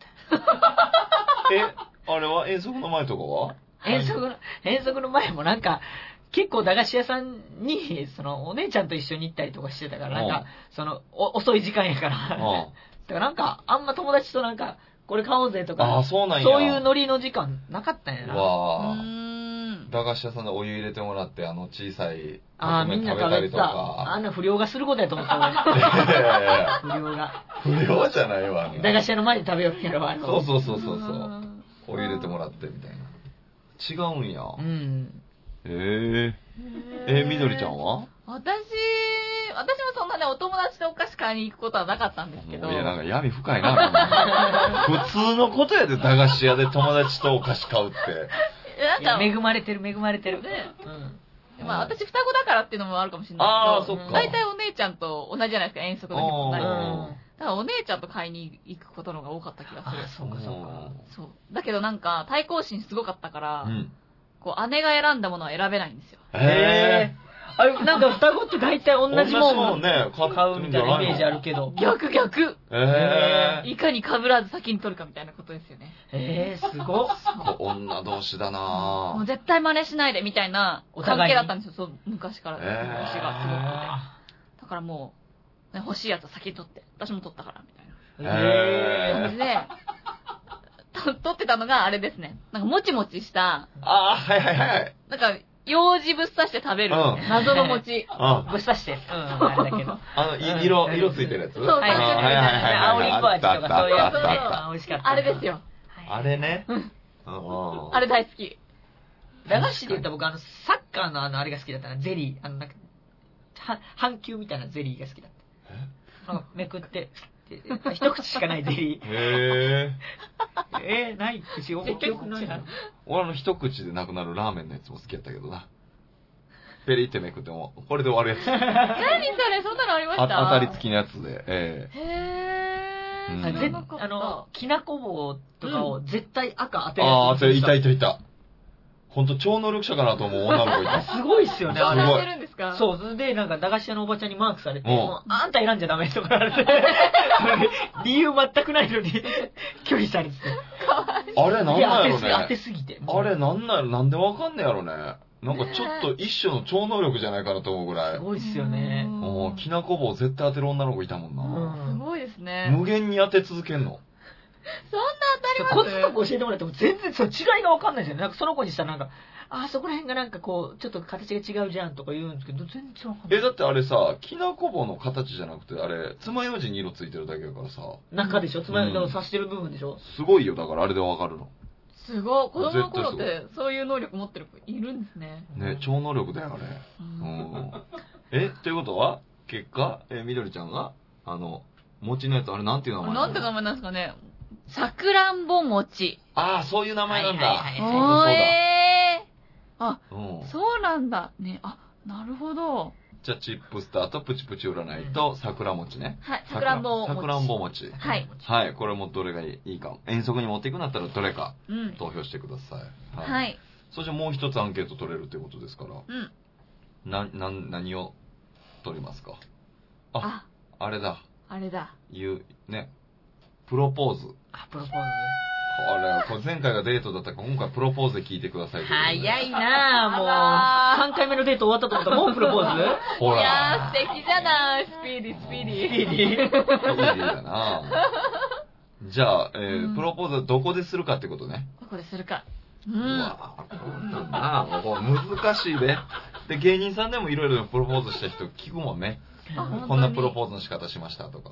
B: たよ。
A: え、あれは遠足の前とかは
B: 遠足の、遠足の前もなんか、結構駄菓子屋さんに、その、お姉ちゃんと一緒に行ったりとかしてたから、なん
A: うん
B: か、その、お遅い時間やから。だか
A: あ
B: らなんか、あんま友達となんか、これ買おうぜと
A: あ、
B: か、
A: そうなんや。
B: そういうノリの時間なかったんやな。
C: う
A: わあ。
C: ーん。
A: 駄菓子屋さんでお湯入れてもらって、あの小さい
B: ああ、
A: お米
B: みんな
A: 食
B: 食
A: べた
B: べ
A: り
B: て
A: と
B: た。あ
A: か。
B: んな不良がすることやと思った俺
A: いやいやいや
B: 不 良が。
A: 不良じゃないわ。あんな
B: 駄菓子屋の前で食べよるんやろ、あの。
A: そうそうそうそうそ
C: ん
A: う。。お湯入れてもらってみたいな。違うんや。
B: うん。
A: へえ。え、みどりちゃんは
C: 私、私もそんなね、お友達とお菓子買いに行くことはなかったんです
A: い
C: け
A: や、
C: ど。
A: なんか闇深いな。みんな普通のことやで、駄菓子屋で友達とお菓子買うって。
C: なん
B: いや
C: か、
B: 恵まれてる、恵まれてる。
C: ね
B: うん。
C: まあ私双子だからっていうのもあるかもしれな
A: あ
C: い
A: あ、
C: け
A: そ
C: ど、
A: っか。
C: 大体お姉ちゃんと同じじゃないですか、遠足の日もな
B: う
C: り。だか
A: あ
C: らお姉ちゃんと買いに行くことの方が多かった気がす
B: あ
C: る
B: あ、。そうかそうか。
C: そう。だけどなんか、対抗心すごかったから、
A: うん。
C: こう、姉が選んだものは選べないんですよ。
A: へえ。
B: あれ、なんか双子って大体同じもん
A: ね、買
B: 買うみたいなイメージあるけど。
C: 逆逆
A: ええ
C: いかに被らず先に取るかみたいなことですよね。
B: えー、すごっ。
A: こ女同士だ
C: も
A: な
C: う
A: ぁ。
C: 絶対真似しないでみたいな
B: お
C: 関
B: 互いに
C: 係だったんですよ、そう昔から。
A: へ
C: 私
A: ー
C: がすごくて。だからもう、ね欲しいやつは先に取って、私も取ったからみたいな。
A: へ
C: 感じで、 と撮ってたのがあれですね。なんかもちもちした、
A: ああ、はいはいはい。
C: なんか、用事ぶっ刺して食べる
A: うん
C: 謎の餅。
A: あ
B: ごしさして。うん、あれだけど。
A: あ
B: う
A: の、
B: ん
A: い色、色ついてるやつ
C: そう
A: あー
C: そう
A: はいはいはいはい。
B: 青りんご味とかそういう
A: あ
B: や
A: った
B: つね。
A: あったあった
B: あ美味しかった。
C: あれです。よ。
A: あれね。
C: うん
A: あ
C: あれ大好き。
B: 駄菓子で言ったら僕、あの、サッカーのあの、あれが好きだったな、ゼリー。あの、なんか、は半球みたいなゼリーが好きだった。なんかめくって、 って一口しかないゼリー。
A: へえ。
B: えー、ない口、記憶ないな。
A: 俺の一口でなくなるラーメンのやつも好きやったけどな。ペリってめくっても、これで終わるやつ。
C: 何それそんなのありました
A: あ当たり付きのやつで。え
C: き。へ
A: うん
C: ぇ
B: あ
C: ー。
B: ぜ
C: 知らなかった
B: あの、きなこ棒とかを絶対赤当
A: え
B: てるやつ
A: ああ、それいたいたいた。ほんと超能力者かなと思う女の子いた。
B: すごいっすよね、
A: そう
B: あ
A: す
B: れ。
A: ごい
C: てるんですかう。
B: そう、それで、なんか、駄菓子屋のおばちゃんにマークされて、
A: うん
B: もうあんた選んじゃダメとか言 われて、理由全くないのに、拒否されてて。
A: あれなんなん
B: いや
A: やろ
B: 当てすぎ、当て
A: ね。
B: すぎて。もう
A: あれなんなんやろなんでわかんねやろね。なんかちょっと一種の超能力じゃないかなと思うぐら
B: す
A: い。
B: ごいっすよね。
A: もうきなこ棒絶対当てる女の子いたもん
B: う
A: な。
C: す
B: ん。
C: ごいですね。
A: 無限に当て続けんの。
B: ちょ
C: ます
B: コツとか教えてもらっても全然その違いがわかんないですよね。なんかその子にしたらなんか、あそこら辺がなんかこう、ちょっと形が違うじゃんとか言うんですけど、全然わかんな
A: え、
B: い。
A: だってあれさ、きなこ棒の形じゃなくて、あれ、爪楊枝に色ついてるだけやからさ、
B: 中でしょつまり
A: うん
B: 刺してる部分でしょ
A: すごいよ、だからあれでわかるの。
C: すごい。子供の頃って、そういう能力持ってる子いるんですね。
A: ね、超能力だよ、あれ。
C: う
A: うんん。え、ということは、結果、え、みどりちゃんが、あの、餅のやつ、あれなんていう名前
C: なんて名
A: か
C: 前なんですかね。さくらんぼ餅。
A: ああ、そういう名前なんだ。
B: はいはい
A: は
C: おー
A: い
C: え
A: うん
C: ー。。そうなんだ。ね、あ、なるほど。
A: じゃあ、チップスターとプチプチ占いと桜餅ね。
C: はい、さくらんぼ餅。
A: さくらんぼ餅。
C: はい。
A: はい、これもどれがいいか。遠足に持っていくんだったらどれか
C: うん。
A: 投票してください。。
C: はいい。
A: そしてもう一つアンケート取れるということですから。
C: うん。
A: な、な、何を取りますか
C: あ、
A: あれだ。
C: あれだ。
A: いう、ね。プロポーズ。こ
B: あ、プロポーズ。
A: れ、これ前回がデートだったから、今回プロポーズで聞いてくださいということで。
B: 早いなあもう。
C: あら
B: 3回目のデート終わったと思ったら、もうプロポーズ
A: ほ
C: いやー、
A: ら。
C: 素敵じゃない。スピーディー、スピーディー。
A: いいデートだ なじゃあ、えー
C: うん
A: プロポーズはどこでするかってことね。
C: どこでするか。う。
A: うんわぁ、こんなんなもう難しいね。で、芸人さんでもいろいろプロポーズした人聞くもんね。
C: あ
A: こんなプロポーズの仕方しましたとか。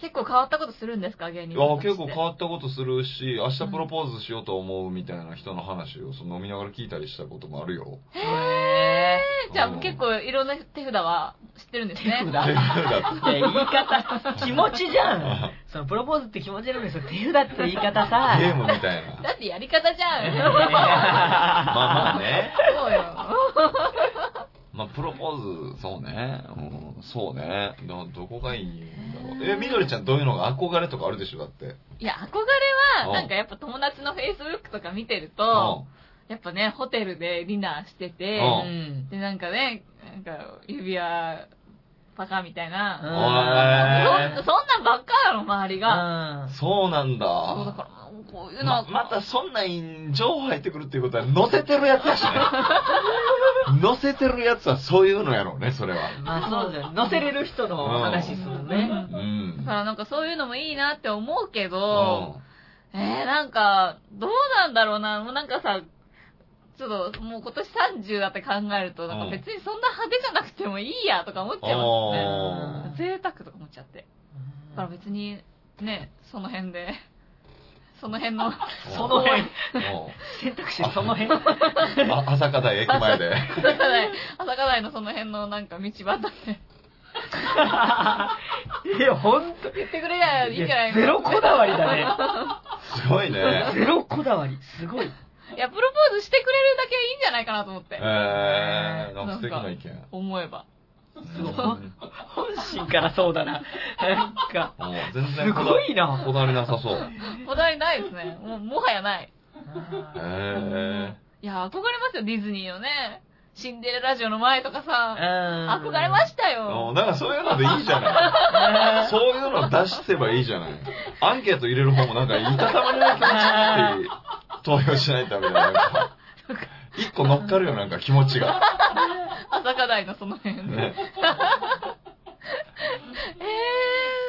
C: 結構変わったことするんですか芸人さん
A: あ
C: たち
A: 結
C: って
A: 構変わったことするし、明日プロポーズしようと思うみたいな人の話をその飲みながら聞いたりしたこともあるよ。
C: へーじゃあ
A: うん
C: 結構いろんな手札は知ってるんですね
B: 手札
A: だって
B: いや、言い方、気持ち じゃん。そのプロポーズって気持ちなのに、その手札って言い方さ。
A: ゲーム みたいな。
C: だってやり方じゃん
B: いや
A: まあまあね。
C: そうよ
A: まあ、プロポーズ、そうね。うん、そうね。ど、どこがいいんだろう。え、みどりちゃんどういうのが憧れとかあるでしょだって。
C: いや憧れはなんかやっぱ友達のフェイスブックとか見てる
A: う
C: とやっぱねホテルでディナーしてて
A: う
B: うん。
C: でなんかねなんか指輪パカみたい
B: うん
C: なそ
A: へー
C: んそんなんばっかやろ周りが
B: が
A: ん。、そうなんだ。
C: そうだからもうこういうの
A: ま
C: は
A: またそんなに情報入ってくるっていうことは、載せてるやつ やしね。載せてるやつはそういうのやろうね、それは。
B: まあそうだよ。乗せれる人の話ですもんね。
A: うん。
C: だからなんかそういうのもいいなって思うけ
A: う
C: ど
A: ん
C: えー、なんか、どうなんだろうな。もうなんかさ、ちょっと、もう今年30だって考えると、なんか別にそんな派手じゃなくてもいいやとか思っちゃいます
A: あ
C: ね。贅沢とか思っちゃって。だから別に、ね、その辺で、その辺の、
B: その辺、
A: うん
B: 選択肢その辺。
A: あ朝霞台駅前で。
C: 朝霞台、朝課題のその辺のなんか道端で
B: いや、ほんと。
C: 言ってくれりゃいいんじゃないか
B: ゼロこだわりだね。
A: すごいね。
B: ゼロこだわり。すごい。
C: いや、プロポーズしてくれるだけいいんじゃないかなと思って。
A: えー、なんか素敵な意見。
C: 思えば。
B: すごい本心からそうだな。なんか、
A: うんうん全
B: す
A: 然こだ
B: ごいな。
A: こだわりなさそう。
C: こだわりないですね。もう、もはやない。
A: へ
C: いや、憧れますよ、ディズニーのね。シンデレラ城の前とかさ、憧
B: 憧
C: れま
B: し
C: した
A: えー。
C: よ。
A: なんかそういうのでいいじゃない。
B: た
A: そういうの出せばいいじゃない。アンケート入れる方もなんか、いたたまれない気持ちって投票しないとダメだね。一個乗っかるよ、なんか気持ちが。
C: 朝課題のその辺で。
A: ね。
C: え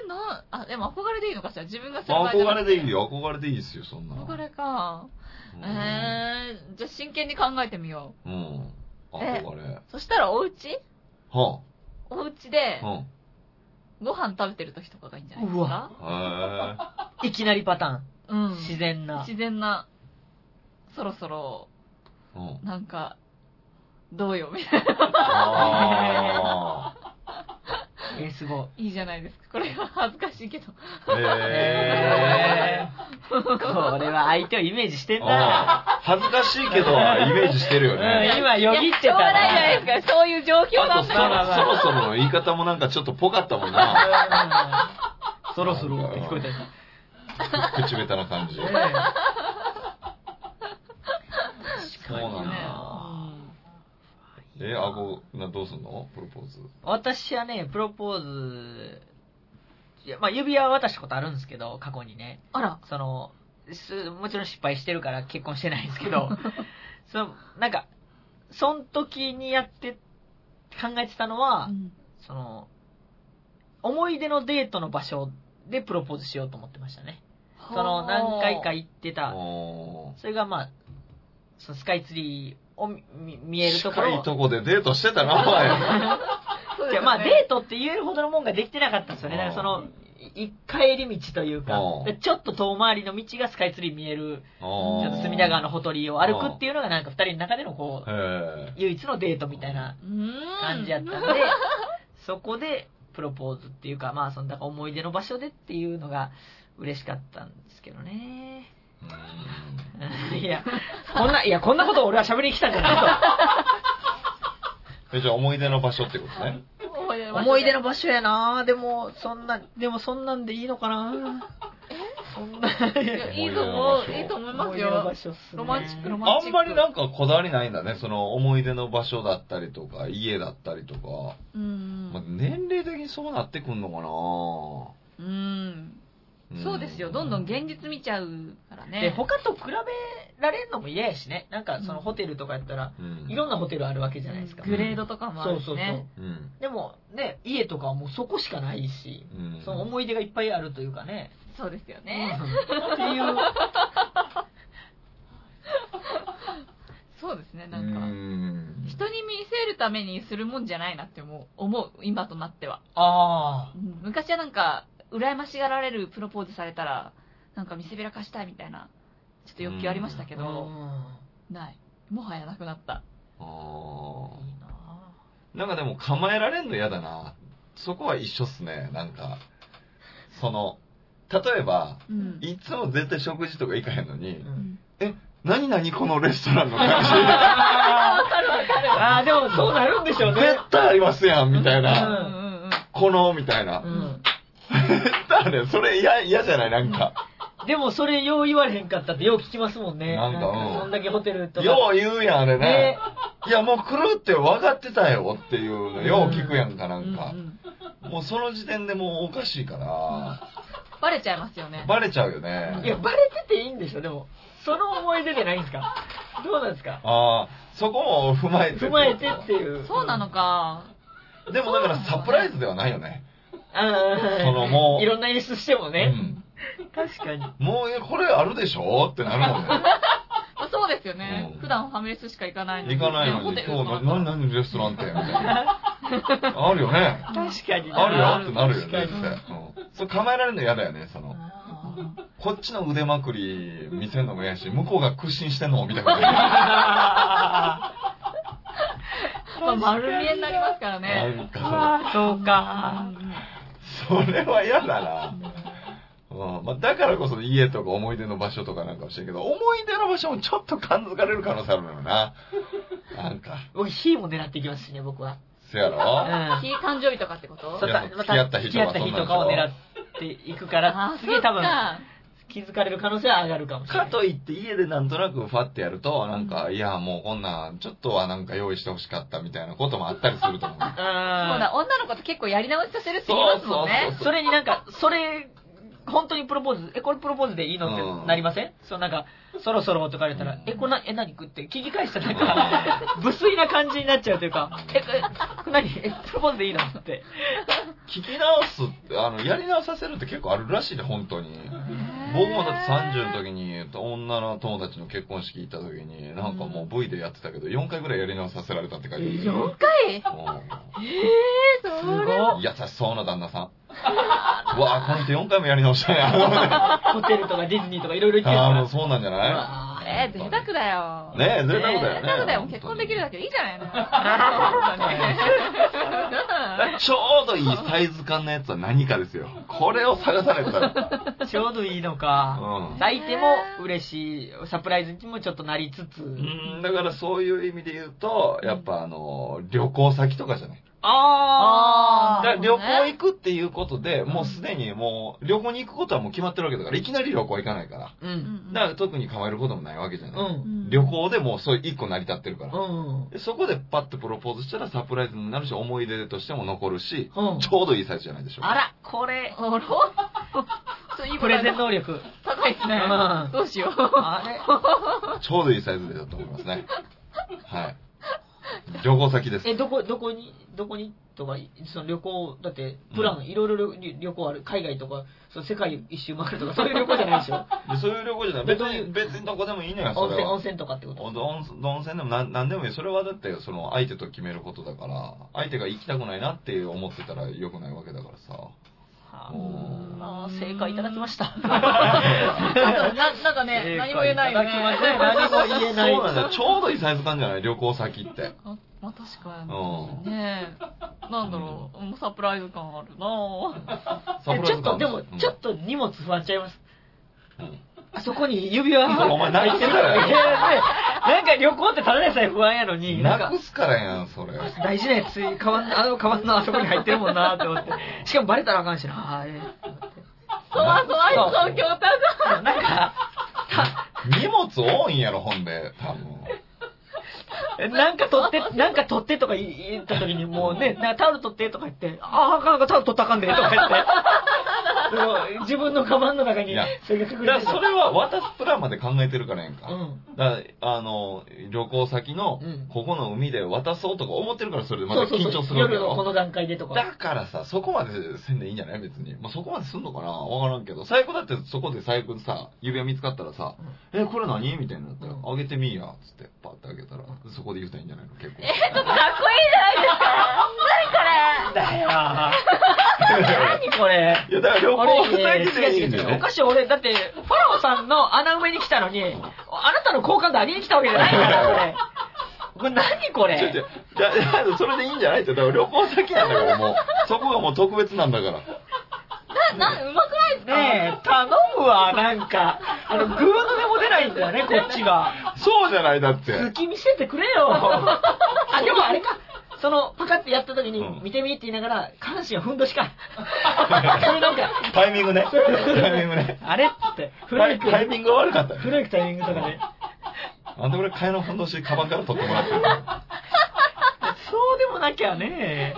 C: ー、な、あ、でも憧れでいいのかしら自分がする
A: まあ
C: じゃ
A: 憧
C: な
A: れ
C: く
A: でいいよ、憧れでいいですよ、そんな。
C: 憧れか。えー、じゃあ真剣に考えてみよ
A: うん。うん。憧れ。
C: う。そしたらお家
A: は
C: お家で
A: あ。うん。
C: ご飯食べてる時とかがいいんじゃないです
B: う
C: か
A: へ
B: いきなりパタ
C: う
B: ーン。
C: ん。
B: 自然な。
C: 自然な、そろそろ、
A: え。うん。
C: なんか、どうよ、みたいな。
A: ああ。
B: えー、すごい。
C: いいじゃないですか。これは恥ずかし いけど。
A: ええ。
B: これは相手をイメージしてんな。
A: ああ恥ずかしいけど、イメージしてるよ
B: うん
A: ね。
B: 今よぎってた
C: いやしょうがないじゃないですか。そういう状況な
A: あ
C: ん
A: とさ
C: だから。
A: そろそろの言い方もなんかちょっとぽかったもんな。
B: そろそろって聞こえたよ
A: 口下手な感じ。
B: ね確かに
A: そうなん
B: ね
A: だ
B: いい
A: え、
B: な
A: あご、などうすんのプロポーズ。
B: 私はね、プロポーズ、いやまあ、指輪は渡したことあるんですけど、過去にね。
C: あら。
B: その、すもちろん失敗してるから結婚してないんですけど、その、なんか、その時にやって、考えてたのは、
C: うん
B: その、思い出のデートの場所でプロポーズしようと思ってましたね。その、何回か行ってた、
A: おー
B: それがまあ、そのスカイツリーを見見えるところ
A: 近いとこでデートしてたな、
B: い
C: そうですよね
B: やまあデートって言えるほどのもんができてなかったんですよ
A: う
B: ね。
A: ん
B: だからその、い帰り道というか
A: う、ん
B: ちょっと遠回りの道がスカイツリー見える、
A: お
B: ち
A: い。
B: ょっと隅田川のほとりを歩くっていうのがなんか二人の中でのこう、
A: へえ。
B: 唯一のデートみたいな
C: うーん
B: 感じやったんで、 そこでプロポーズっていうか、まあその、だから思い出の場所でっていうのが嬉しかったんですけどね。
A: うん
B: いや、こんな、いや、こんなことを俺は喋りに来たんじゃない
A: え、じゃあ思い出の場所ってことね。
C: 思い出
B: と。
C: の場所
B: 思い出の場所やなでも、そんな、でもそんなんでいいのかなそんな、
C: いやいいと思う。いいと思いますよ。ロマンチック、ロマ
A: あ
C: ンチッ
A: ん
C: ク。
A: まりなんかこだわりないんだね。その思い出の場所だったりとか、家だったりとか。
C: うーん
A: まあ、年齢的にそうなってくんの
C: うーん。
A: かな
C: そうですよ。どんどん現実見ちゃうから
B: で、
C: ね。
B: 他と比べられるのも嫌やしね。なんかそのホテルとかやったら、
A: うん。
B: いろんなホテルあるわけじゃないですか。
A: うん
C: グレードとかもあ
B: そう
C: る
B: そ
C: し
B: うそう
C: ね。。
A: うん。
B: でもね、家とかはもうそこしかないし、
A: うん。
B: その思い出がいっぱいあるというかね。
C: そうですよ
B: うん
C: ね。
B: っていう。
C: そうですね。
A: う
C: なんか、
A: ん。
C: 人に見せるためにするもんじゃないなって思う。思う。今となっては。
B: ああ。
C: うん昔はなんか、羨ましがられるプロポーズされたら、なんか見せびらかしたいみたいな、ちょっと欲求ありましたけ
B: け
C: ど、ない。もはやなくなった。
A: ああ。
B: いいな
A: なんかでも構えられんの嫌だな。そこは一緒っすね。なんか、その、例えば、
C: うん
A: いつも絶対食事とか行かへんの
B: ぁ
A: に
B: う、ん
A: 何々このレストランの感
B: あーわかるわかる。ああ、でもそうなるんでしょう
A: じ、
B: ね。
A: 絶対ありますやん、みたい
C: うんう
A: な。
C: んうん。
A: この、みたいな
B: う。ん。
A: 絶対あるやんそれ嫌、嫌じゃないなんか。
B: でもそれよう言われへんかったってよう聞きますもんね。
A: なんかうん
B: そんだけホテルとか。
A: よう言うやん、あれ
B: ね
A: ね。いや、もう来るって分かってたよっていうの、よう聞くやんか、な
C: うんん
A: か
C: う。ん
A: もうその時点でもうおかしいから、
C: バレちゃいますよね。
A: バレちゃうよ
B: いや、
A: ね。
B: バレてていいんでしょ、でも。その思い出じゃないんですか。どうなんですか
A: ああ、そこも踏まえて。
B: 踏まえてっていう。
C: そうなのか。
A: でもだからサプライズではないよね。
B: あー
A: そのもう
B: いろんな演出してもね。確かに。
A: うん、もうえこれあるでしょってなるもん
C: まあ、そうですよね。
A: うん
C: 普段ファミレスしか行かないの
A: ね。行かないの
C: ホ
A: に、
C: テル
A: 今
C: と
A: 日
C: か
A: 何何レストランってみたいな。あるよね。
B: 確かにな。
A: あるよってなるよね。
B: 確
A: 絶
B: かに
A: 対うん、そう構えられるの嫌だよね。そのこっちの腕まくり見せるのも嫌やし、向こうが屈伸してんのも見たくない。
B: あ
C: まあ、丸見えになりますか
A: な
C: らね。
A: ん
B: ー
A: か
B: あー、そうか。
A: それは嫌だな。うんまあ、だからこそ家とか思い出の場所とかなんかもしれんけど、思い出の場所もちょっと感づかれる可能性あるのよな。なんか。
B: 僕、火も狙っていきますしね、僕は。
A: せや
B: う
A: ろ
B: ん。
C: 非誕生日とかってこと
B: そう
A: いや
B: た
A: そう
B: ま
A: 付き合った日とか
B: 付き合った日とかを
A: そん
B: 狙
A: なん
B: っていくから、次多分
C: あ
B: 気づかれる可能性は上がるかもしれな
A: か
B: い。
A: といって家でなんとなくファってやると、なんか、いや、もうこんなん、ちょっとはなんか用意してほしかったみたいなこともあったりする と思う。
B: う
C: そ
B: ん。
C: っかそうだ、女の子って結構やり直しさせるって言いますもんね。
B: それになんか、それ、本当にプロポーズ、え、これプロポーズでいいのっ
A: う
B: て
A: ん
B: なりません、そうなんか、そろそろとか言われたら、
A: うん
B: え、こんな、え、何食って聞き返したらなんか、 無粋な感じになっちゃうというか、え、え、何え、プロポーズでいいのって。
A: 聞き直すって、あの、やり直させるって結構あるらしいね、本当に。僕もだって30の時に、女の友達の結婚式行った時に、なんかもう V でやってたけど、4回ぐらいやり直させられたって書いてある
B: よ
C: 4回
A: う
C: えー、
B: す
C: そ
B: ご
C: れ。
A: ん
B: い。
A: 優しそうな旦那さん。う わぁ、この人4回もやり直したん や。
B: ホテルとかディズニーとかいろいろ行ってる
A: あの、
B: か
A: そうなんじゃ
B: ら。
A: な
C: えー、贅沢だよ。
A: いねえ、贅沢だよね。
C: 贅沢だよ。結婚できるだけでいいじゃないの。本
A: ちょうどいいサイズ感のやつは何かですよ。これを探さないとダメ。
B: ちょうどいいのか。
A: うん
B: 相手も嬉しい、サプライズにもちょっとなりつつ。
A: うん。だからそういう意味で言うと、やっぱあの、旅行先とかじゃない。
B: あ
C: あ
A: だから
C: ー
A: 旅行行くっていうことで、もうすでにもう、旅行に行くことはもう決まってるわけだから、いきなり旅行行かないから。
B: う
C: うん
B: ん。
A: だから特に構えることもないわけじゃ
B: う
A: ない。
B: ん。
A: 旅行でもうそう一個成り立ってるか
B: う
A: ら。
B: ん。
A: でそこでパッとプロポーズしたらサプライズになるし、思い出としても残るし、
B: うん。
A: ちょうどいいサイズじゃないでしょうか。
B: あら、こ れ、
C: あらそういい
B: プレゼン
C: ト
B: 能力。
C: 高いですね
B: うん。
C: どうしよう。
B: あれ
A: ちょうどいいサイズだと思いますね。はい。旅行先です。
B: え、どこ、どこに、どこにとか、その旅行、だって、プラ
A: う
B: ン、いろいろ旅旅行ある。海外とか、その世界一周回るとか、そういう旅行じゃないでし ょ。
A: でそういう旅行じゃない。別に、別にどこでもいいのよ、そ
B: 温
A: れ
B: 泉、温
A: は。
B: 泉とかってこと。
A: 温泉温泉でもなんなんでもいい。それはだって、その、相手と決めることだから、相手が行きたくないなって思ってたら良くないわけだからさ。
B: は
A: お
B: ああー、正解いただきました。
C: ななんかね、 何も言えないよね。
B: 正解ただきました何も言えない。
A: そうなんだ よ。ちょうどいいサイズ感じゃない旅行先って。
C: あまあ確か
A: うん。
C: に。ねえ。なんだろう。もうサプライズ感あるなぁ。
A: サプライ
B: えちょ
A: ズ
B: っ
A: 感
B: と、
A: で
B: ですも
A: う、ん
B: ちょっと荷物不安ちゃいます。
A: うん
B: あそこに指輪
A: お前泣いてるからや
B: いやなんか旅行ってただでさえ不安やのに、なんか
A: なくすからやん、それ。
B: 大事なやつ、カバン、あのカバンのあそこに入ってるもんなって思って。しかもバレたらあかんしな、あれ。
C: そのその愛想の強化
B: なんか、
A: 荷物多いんやろ、ほんで、多分。
B: なんか取って、なんか取ってとか言った時にもうね、なんかタオル取ってとか言って、ああ、あかんあかんタオル取ったらあかんで、とか言って。でも自分のカバンの中に
A: いや、
B: それが隠
A: だ
B: れ
A: から
B: てた
A: それは渡すプランまで考えてるからやんか。
B: うん。
A: だからあの、旅行先の
B: うん、
A: ここの海で渡そうとか思ってるから、それでまた
B: そうそ
A: 緊
B: うそう
A: 張するわけ
B: 夜
A: や
B: のこ
A: ろ。
B: の段階でとか。
A: だからさ、そこまでせんでいいんじゃない別に。まあ、そこまですんのかなわからんけど。最悪だってそこで最悪さ、指輪見つかったらさ、え、これ何みたいになったら、
B: うん
A: あげてみいや、つって、パッてあげたら、そこで言うたらいいんじゃないの結構。
C: かっこいいじゃないですか。何
B: だ
C: これ
B: よ。何これ。
A: いや、だから旅行
B: 俺、
A: 先
B: 違う
A: でい
B: 違
A: い
B: うん
A: だ
B: 違う。お
A: よ。
B: かしい、俺、だって、ファラオさんの穴埋めに来たのに、あなたの好感度上げに来たわけじゃないから、俺。これ何
A: ちょちょ
B: これ。
A: いやいやそれでいいんじゃないって、だから旅行先なんだから、も う。そこがもう特別なんだから。
C: な、な、うまくないですか
B: ねえ、頼むわ、なんか。あの、グーの音も出ないんだよね、こっちが。
A: そうじゃない、だって。
B: 好き見せてくれよ。あ、でもあれか。その、パカってやった時に
A: う、ん
B: 見てみって言いながら、下半身はふんどしか。それなんか、
A: タイミング ね。タイミングね。
B: あれって、
A: タ
B: 古
A: イ
B: いく、
A: タイミングが悪かったね。
B: 古いタイミングとかね。
A: なんで俺、替えのふんどし、カバンから取ってもらってるの
B: そうでもなきゃね。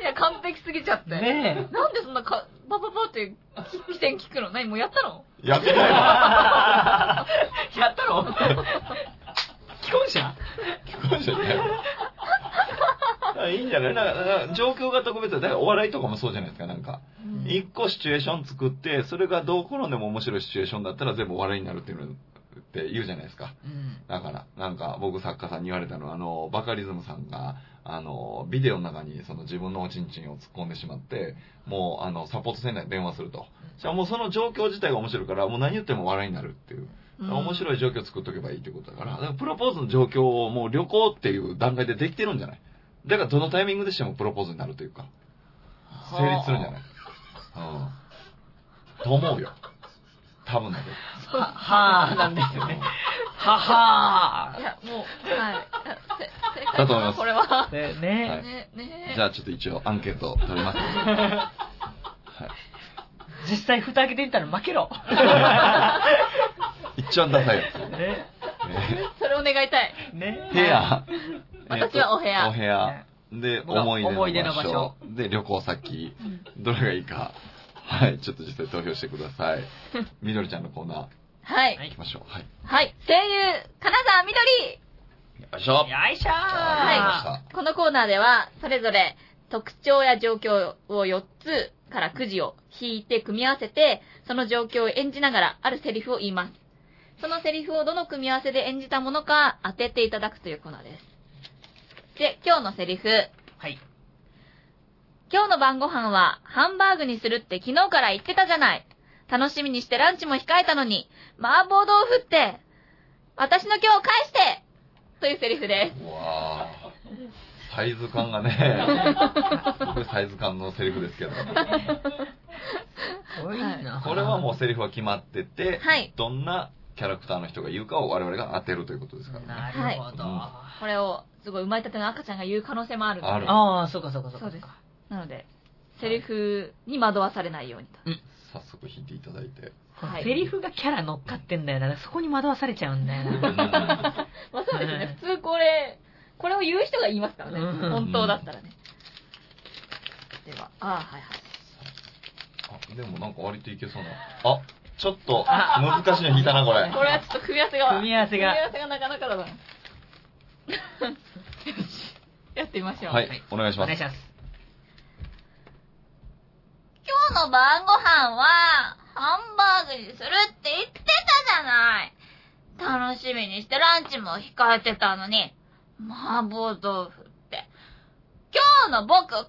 C: いや、完璧すぎちゃって。
B: ねえ。
C: なんでそんなか、パパパって、き起点聞くの何もうやったの
A: やってないわ。
B: やったろ既婚者
A: 聞こえちゃったよあいいんじゃないなんかなんか状況が特別だ。だからお笑いとかもそうじゃないですか、なんか。一個シチュエーション作って、それがどう転んでも面白いシチュエーションだったら全部お笑いになるっていうのって言うじゃないですか。だから、なんか僕作家さんに言われたのは、あの、バカリズムさんが、あの、ビデオの中にその自分のおちんちんを突っ込んでしまって、もう、あの、サポートセンターに電話すると。じゃあもうその状況自体が面白いから、もう何言っても笑いになるっていう。面
C: い。
A: 白い状況を作っとけばいいってことだから、だからプロポーズの状況をもう旅行っていう段階でできてるんじゃないだからどのタイミングでしてもプロポーズになるというか、成立するんじゃないうん。と思うよ。多分だけど。
B: は、はぁ、なんですよね。 ははい
C: や、もう、はい。せ正解
A: だと思います
C: これは
B: ぁ。。でね、
A: はい
C: ね、ね
A: じゃあちょっと一応アンケート取りますので。
B: 実際蓋開けてみたら負けろ。
A: 一番ダサいやつ。
B: ね。
A: え
C: それお願いたい。
A: ー
B: ね。
A: 部屋。
C: 私はお部屋
A: お部屋。で、
B: 僕は
A: 思い出の場所。
B: 思い出の場所
A: で、旅行先。どれがいいか。はい、ちょっと実際投票してください。みどりちゃんのコーナ
C: はい
B: は。い
A: ー行きましょう。はい。
C: はい。声優、金沢みどり
A: よいしょ。
B: よいしょー
A: は
C: このコーナーでは、それぞれ特徴や状況を4つからくじを引いて組み合わせて、その状況を演じながらあるセリフを言います。そのセリフをどの組み合わせで演じたものか当てていただくというコーナーです。で、今日のセリフ。
B: はい。
C: 今日の晩ご飯はハンバーグにするって昨日から言ってたじゃない。楽しみにしてランチも控えたのに、麻婆豆腐って、私の今日を返してというセリフです。
A: うわあサイズ感がね、すごいサイズ感のセリフですけど、
B: すごいな
A: これはもうセリフは決まってて、
C: はい
A: どんなキャラクターの人が言うかを我々が当てるということですからね。
B: なるほど。
A: は
C: これを、すごい生まれたての赤ちゃんが言う可能性もあるので。
A: ある
B: ああ、そうかそうかそうか。
C: そうですなので、セリフに惑わされないようにと。
A: 早速引いていただいて。
C: はい。
B: セリフがキャラ乗っかってんだよな。そこに惑わされちゃうんだよな。
C: まあそうですね
B: ね。
C: 普通これ、これを言う人が言いますからね。
B: うん
C: 本当だったらね。では、ああ、はいはい。
A: あ、でもなんか割といけそうな。あ、ちょっと難しいの引いたな、これ。
C: これはちょっと組み合わせが。
B: 組み合わせが
C: 組み合わせがなかなかだな。よ しやってみましょう。
A: はい、お願いし
B: お
A: ま
B: 願い
A: す
B: し。ます。
C: 今日の晩ご飯は、ハンバーグにするって言ってたじゃない。楽しみにしてランチも控えてたのに、麻婆豆腐って。今日の僕を返して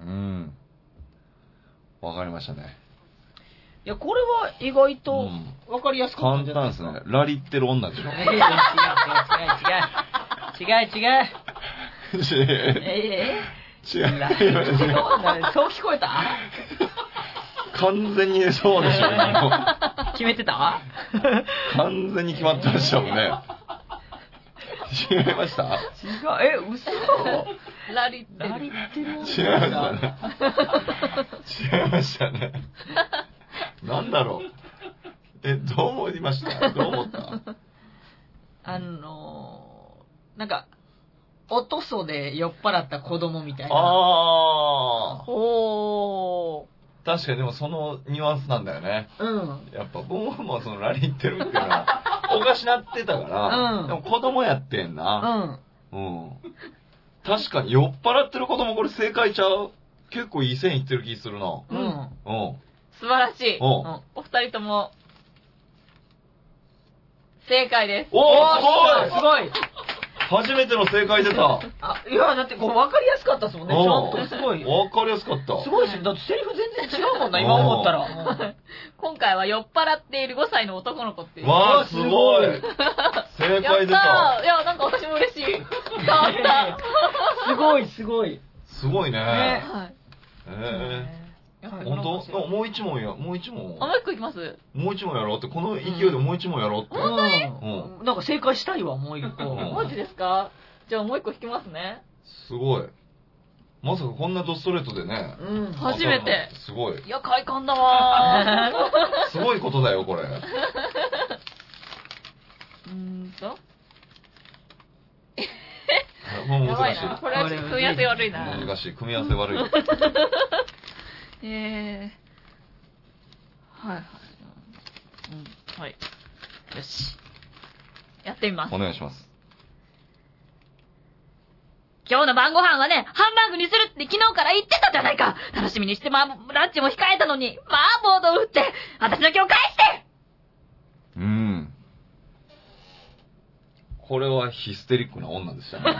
A: うん。わかりましたね。
B: いや、これは意外
A: う
B: と
A: ん
B: わかりやすかった
A: 簡
B: んじゃない
A: 単
B: で
A: ですす
B: か。
A: ね。ラリってる女 でしょ。
B: いやいや 違う違う違う違う。違う違う。
A: 違
B: ええ
A: う。
B: そうなんだそう聞こえた
A: 完全にそうでしょ、今の
B: 決めてた
A: 完全に決まってましたもんね。違いました
B: 違う、え、嘘
C: ラリって
B: ラリってる
A: 違いましたね。違いましたね。なんだろう。え、どう思いましたどう思った
B: あのー、なんか、おとそで酔っ払った子供みたいな。
A: ああ、
C: おー。
A: 確かにでもそのニュアンスなんだよね。
B: うん。
A: やっぱ僕もそのラリってるっていうのは、おかしなってたから、
B: うん
A: でも子供やってん
B: う
A: な。
B: ん。
A: うん。確かに酔っ払ってる子供これ正解ちゃう結構いい線いってる気するな。
B: うん。うん
A: うん。
C: 素晴らしい。
A: お
B: お
C: お二人とも、正解です。
A: おーす
B: すごい
A: ごい初めての正解出たわか
B: あ、いや、だってこれ分かりやすかったですもんね。ちゃん
A: おう
B: とすごい。
A: りやすかった。
B: すごいですよ。だってセリフ全然違うもんな、今思ったら。
C: 今回は酔っ払っている5歳の男の子っていう。
A: わあ、すごい
B: す
A: 正
C: や
A: 解
C: っ
A: 出
C: た
A: た
C: ーいや、なんか私も嬉し い。変わった。
B: すごい、すごい。
A: すごいね。
B: ね
C: はい。
A: え
B: や
A: え
B: っぱりなんか
A: 本当もう一問や、もう一問
C: あ、も。う一個いきます
A: もう一問やろうって、この勢いでもう一問やろうって。
B: うんなんか正解したいわ、もう一個。
A: うん
C: マジですかじゃあもう一個引きますね。
A: すごい。まさかこんなドストレートでね。
B: うん。
C: 初め
A: 当
C: て
A: たるなんすごい。
C: いや、快感だわ
A: すごいことだよ、こ れ。
C: ー。うーんと。
A: もう
C: やばい
A: 難し
C: な。これはちょっと組み合わせ悪いな。
A: い。難しい。組み合わせ 悪い。
C: えー。はいはい。うん、はい。よし。やってみます
A: お。願いします。
C: 今日の晩ご飯はね、ハンバーグにするって昨日から言ってたじゃないか楽しみにして、ま、ランチも控えたのに、麻婆豆腐って、私の今日返して
A: うん。これはヒステリックな女でしたね。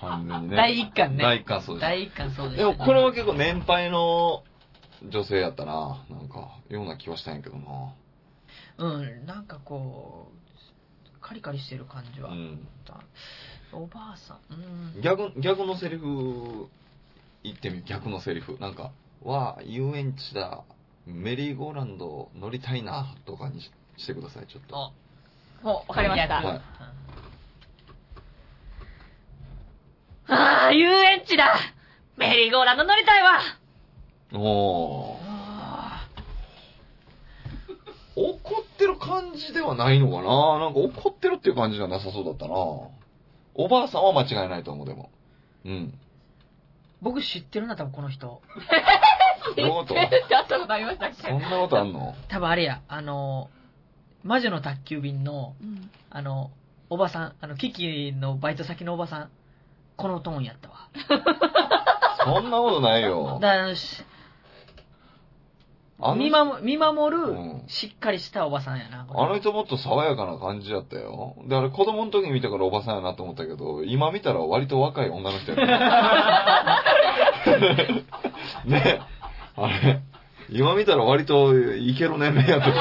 A: 完全にね。
B: 第一巻ね
A: 第一巻そうです。
B: 第一巻そうです。
A: でもこれは結構年配の女性やったな。なんか、ような気はしたんやけどな。
B: うん、なんかこう、カリカリしてる感じは
A: う
B: あっ
A: ん。
B: た。おばあさん、うん。
A: 逆、逆のセリフ、言ってみよう。逆のセリフ。なんか、わあ、遊園地だ。メリーゴーランド乗りたいな、とかにししてください、ちょっと。
B: お
C: もう、わかりました。
A: はい
C: ああ、遊園地だメリーゴーランド乗りたいわ
A: おー
B: あ
A: 怒ってる感じではないのかななんか怒ってるっていう感じじゃなさそうだったな。おばあさんは間違いないと思う、でも。うん。
B: ー僕知ってるな、多分この人。
A: どういうこと
C: ってあったことありましたっ
A: そんなことあんの
B: 多分あれや、あの、魔女の宅急便の、
C: うん。
B: あの、おばさん、あの、キキのバイト先のおばさん、このトーンやったわ。
A: そんなことない
B: だ
A: よ。
B: からし
A: あ
B: 見
A: の
B: 守見守る、
A: うん
B: しっかりしたおばさんやな、これ
A: あの人もっと爽やかな感じだったよ。で、あれ子供の時に見たからおばさんやなと思ったけど、今見たら割と若い女の人や ね。ねあれ、今見たら割といける年齢やったね。
B: い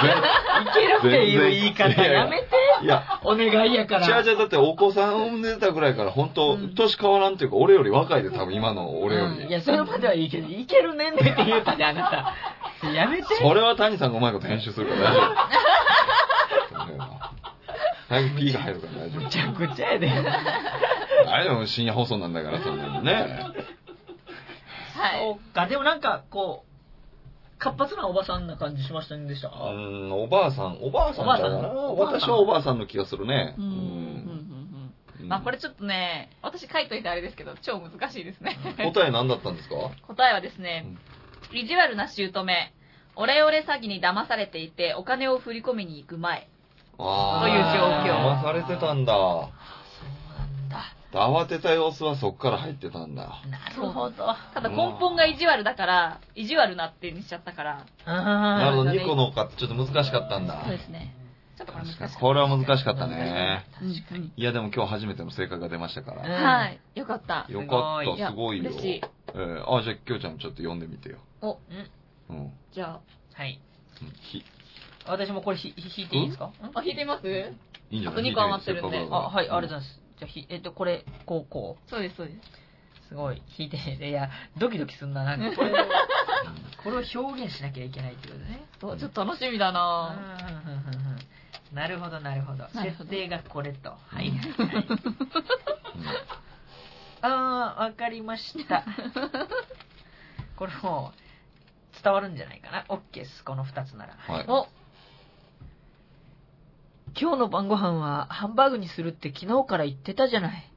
B: けるっていう言い
A: 全
B: 方
A: 然
B: やめて。
A: いや、
B: お願いやか
A: 違う
B: ら。
A: 違う、だってお子さん産んでたぐらいから、本当、
B: うん
A: 年変わらんというか、俺より若いで、多分今の俺よ
B: うん
A: り。
B: いや、それまではいいけど、いけるねんねって言うたで、あなやめて。
A: それは谷さんがうまいこと編集するから 大丈夫。早く P が入るから大丈
B: む
A: 夫。
B: ちゃくちゃやで。
A: 大丈夫、深夜放送なんだから、そんなのね。
C: はい。
B: そうか、でもなんか、こう、活発なおばさんな感じしましたんでした。
A: あのおばあさん、おばあさんだな。
B: おばあさん
A: 私はおばあさんの気がするね。
C: うんうん
A: うん
C: うんうん。まあこれちょっとね、私書いといてあれですけど、超難しいですね。
A: 答え何だったんです か
C: 答えはですね、意地悪な姑、オレオレ詐欺に騙されていて、お金を振り込みに行く前。
A: あ
C: という状
A: あ
C: 況
A: 騙されてたんだ。
B: そうなんだ。
A: 慌てた様子はそっから入ってたんだ。
B: なるほど。
C: ただ根本が意地悪だから、意地悪なってにしちゃったから、
A: な
B: あ
A: るほど、
C: はい
A: 2個の方がちょっと難しかったんだ
C: そう。ですね。ちょっとこれ難しかった。
A: これは難しかったね。
C: 確かに。
A: いや、でも今日初めての正解が出ましたか
B: ー
A: ら。
C: はい。よかった。
A: よか
B: すご
A: っ
B: い
A: た、すごいよ。
C: 嬉しい。
A: えー、あ、じゃあ、きょうちゃんちょっと読んでみてよ。
C: お、
A: うん。うん
C: じゃあ、
B: はい。
A: ひ
B: 私もこれひひ引いていいですか
C: あ、弾いてみます
A: いいんじゃない
C: あと二個余ってるんで
B: あ、はい、あ
A: ゃ
B: りがとうございます。じゃあ、ひ、えっと、これ、こう、こ
C: そうです、そうです。
B: う。すごい。引いて、 いや、ドキドキすんな。なんか、これを、これを表現しなきゃいけないってことね。
C: そうちょっと楽しみだ
B: うん
C: な
B: うんうんうんうんなるほど、なるほど。
C: なるほ
B: 設
C: ど
B: 定がこれと。は
A: う
B: い。
A: ん
B: はいああ、わかりま した。これもう伝わるんじゃないかな。オッケーです。この2つなら。
A: はい。
C: お、
B: 今日の晩ご飯はハンバーグにするって昨日から言ってたじゃない。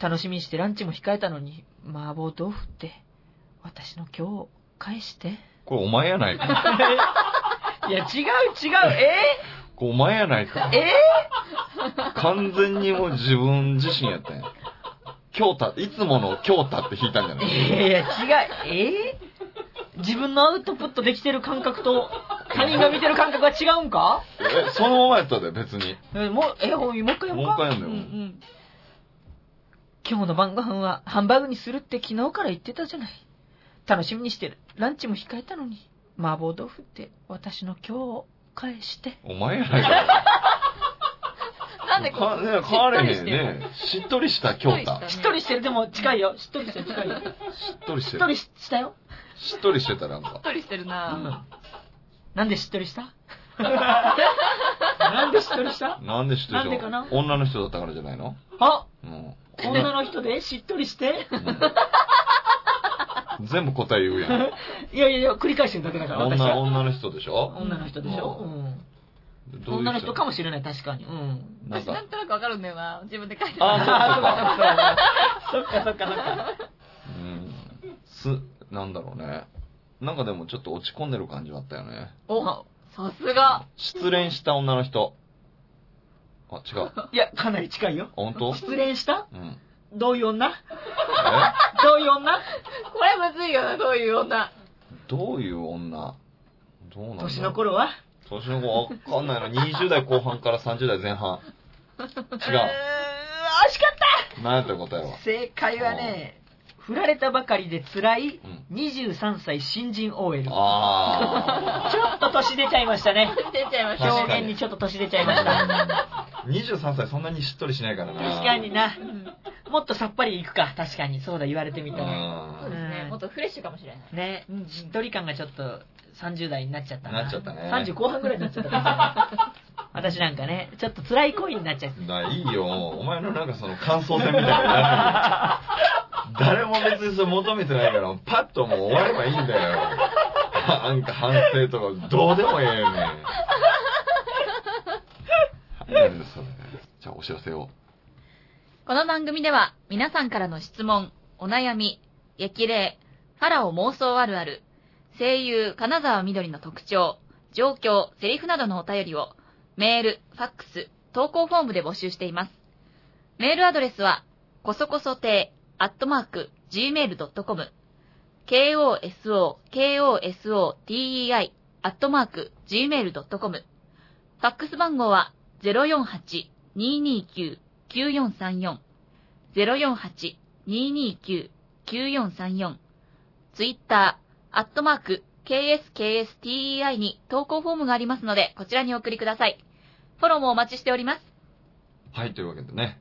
B: 楽しみにしてランチも控えたのに、麻婆豆腐って、私の今日、返して。
A: これお前やないか。
B: いや、違う違う。え
A: これお前やないか。
B: え
A: 完全にもう自分自身やったんや。京太、いつもの京太って弾いたんじゃない
B: いや、違う。え自分のアウトプットできてる感覚と、他人が見てる感覚が違うんか
A: え、そのままやったで、別に。
B: え、もう、え、ほんもう一回読む
A: もう
B: か
A: 一回読
C: うんんう
A: でよ。
C: ん。
B: 今日の晩ご飯はハンバーグにするって昨日から言ってたじゃない。楽しみにしてる。ランチも控えたのに。麻婆豆腐って私の今日を返して。
A: お前やないか。
C: なんでこ
A: かね、
C: う、
A: 変われへ
C: し
A: ん
C: っとりしてる
A: ね。しっとりした京太。
B: しっとりしてる。でも近いよ。しっとりしてる。近いよ。
A: しっとりし
B: してっと
A: る。
B: りししたよ。
A: しっとりしてたなん
C: し
A: か
C: っ。とりしてる
B: う。
C: なん
B: なんでしっとりした なんでしっとりした
A: なんでしっとりし
B: なんでかな
A: 女の人だったからじゃないの
B: あ
A: うん。
B: 女の人でしっとりして。
A: うん全部答え言うやん。
B: いやいやいや、繰り返してるだけだ から私
A: 女、
B: は。
A: 女の人でしょ
B: 女の人でしょ、
A: う
B: う、
A: どういうん
B: 女の人かもしれない、確かに。うん。
A: な
C: 私
A: ん
C: なん
A: か、
C: となくわかるんだよな。自分で書いて
A: あ
C: た。
B: あ、そうか、そうか。そっか、そっか、そっか。
A: うん。す、なんだろうね。なんかでもちょっと落ち込んでる感じはあったよね。
C: お、さすが。
A: 失恋した女の人。あ、違う。あ
B: いや、かなり近いよ。
A: 本当
B: 失恋した
A: うん。
B: どういう女
A: え
B: どういう女
C: これむずいよな、そういう女。
A: どういう女どうなんだろう
B: 年の。頃は
A: 年の頃わかんないな。20代後半から30代前半。違
B: 違う惜しかっ
A: う。なんやった答えは
B: た。正解はね、振られたばかりで辛い
A: うん
B: 23歳新人 OL。ちょ
A: あ
B: っと年出ちゃいましたね。
C: 出ちゃいまし
A: 確かに
B: 表現にちょっと年出ちゃいました。
A: ー。23歳そんなにしっとりしないからな。
B: 確かにな。もっとさっぱりいくか。確かに。そうだ、言われてみたら。
C: た。そう
A: う
C: で
A: ん。
C: すね。もっとフレッシュかもしれない。
B: ね
C: うん、
B: しっとり感がちょっと30代になっちゃった
A: なっちゃったね
B: 30後半ぐらいになっちゃったから。 私なんかね、ちょっと辛い恋になっちゃった。
A: ないいよ。お前のなんかその感想戦みたいになる。誰も別にそれ求めてないから、パッともう終わればいいんだよ。なんか反省とか、どうでもええよね。なんでそれじゃあお知らせを。
C: この番組では皆さんからの質問、お悩み、激励、ファラオ妄想あるある、声優金沢みどりの特徴、状況、セリフなどのお便りをメール、ファックス、投稿フォームで募集しています。メールアドレスは、こそこそてアットマーク、gmail.com、koso, koso, tei, アットマーク、gmail.com、ファックス番号は、048-229 9434 048-229-9434ツイッター、アットマーク、KSKSTEI に投稿フォームがありますので、こちらにお送りください。フォローもお待ちしております。
A: はい、というわけでね、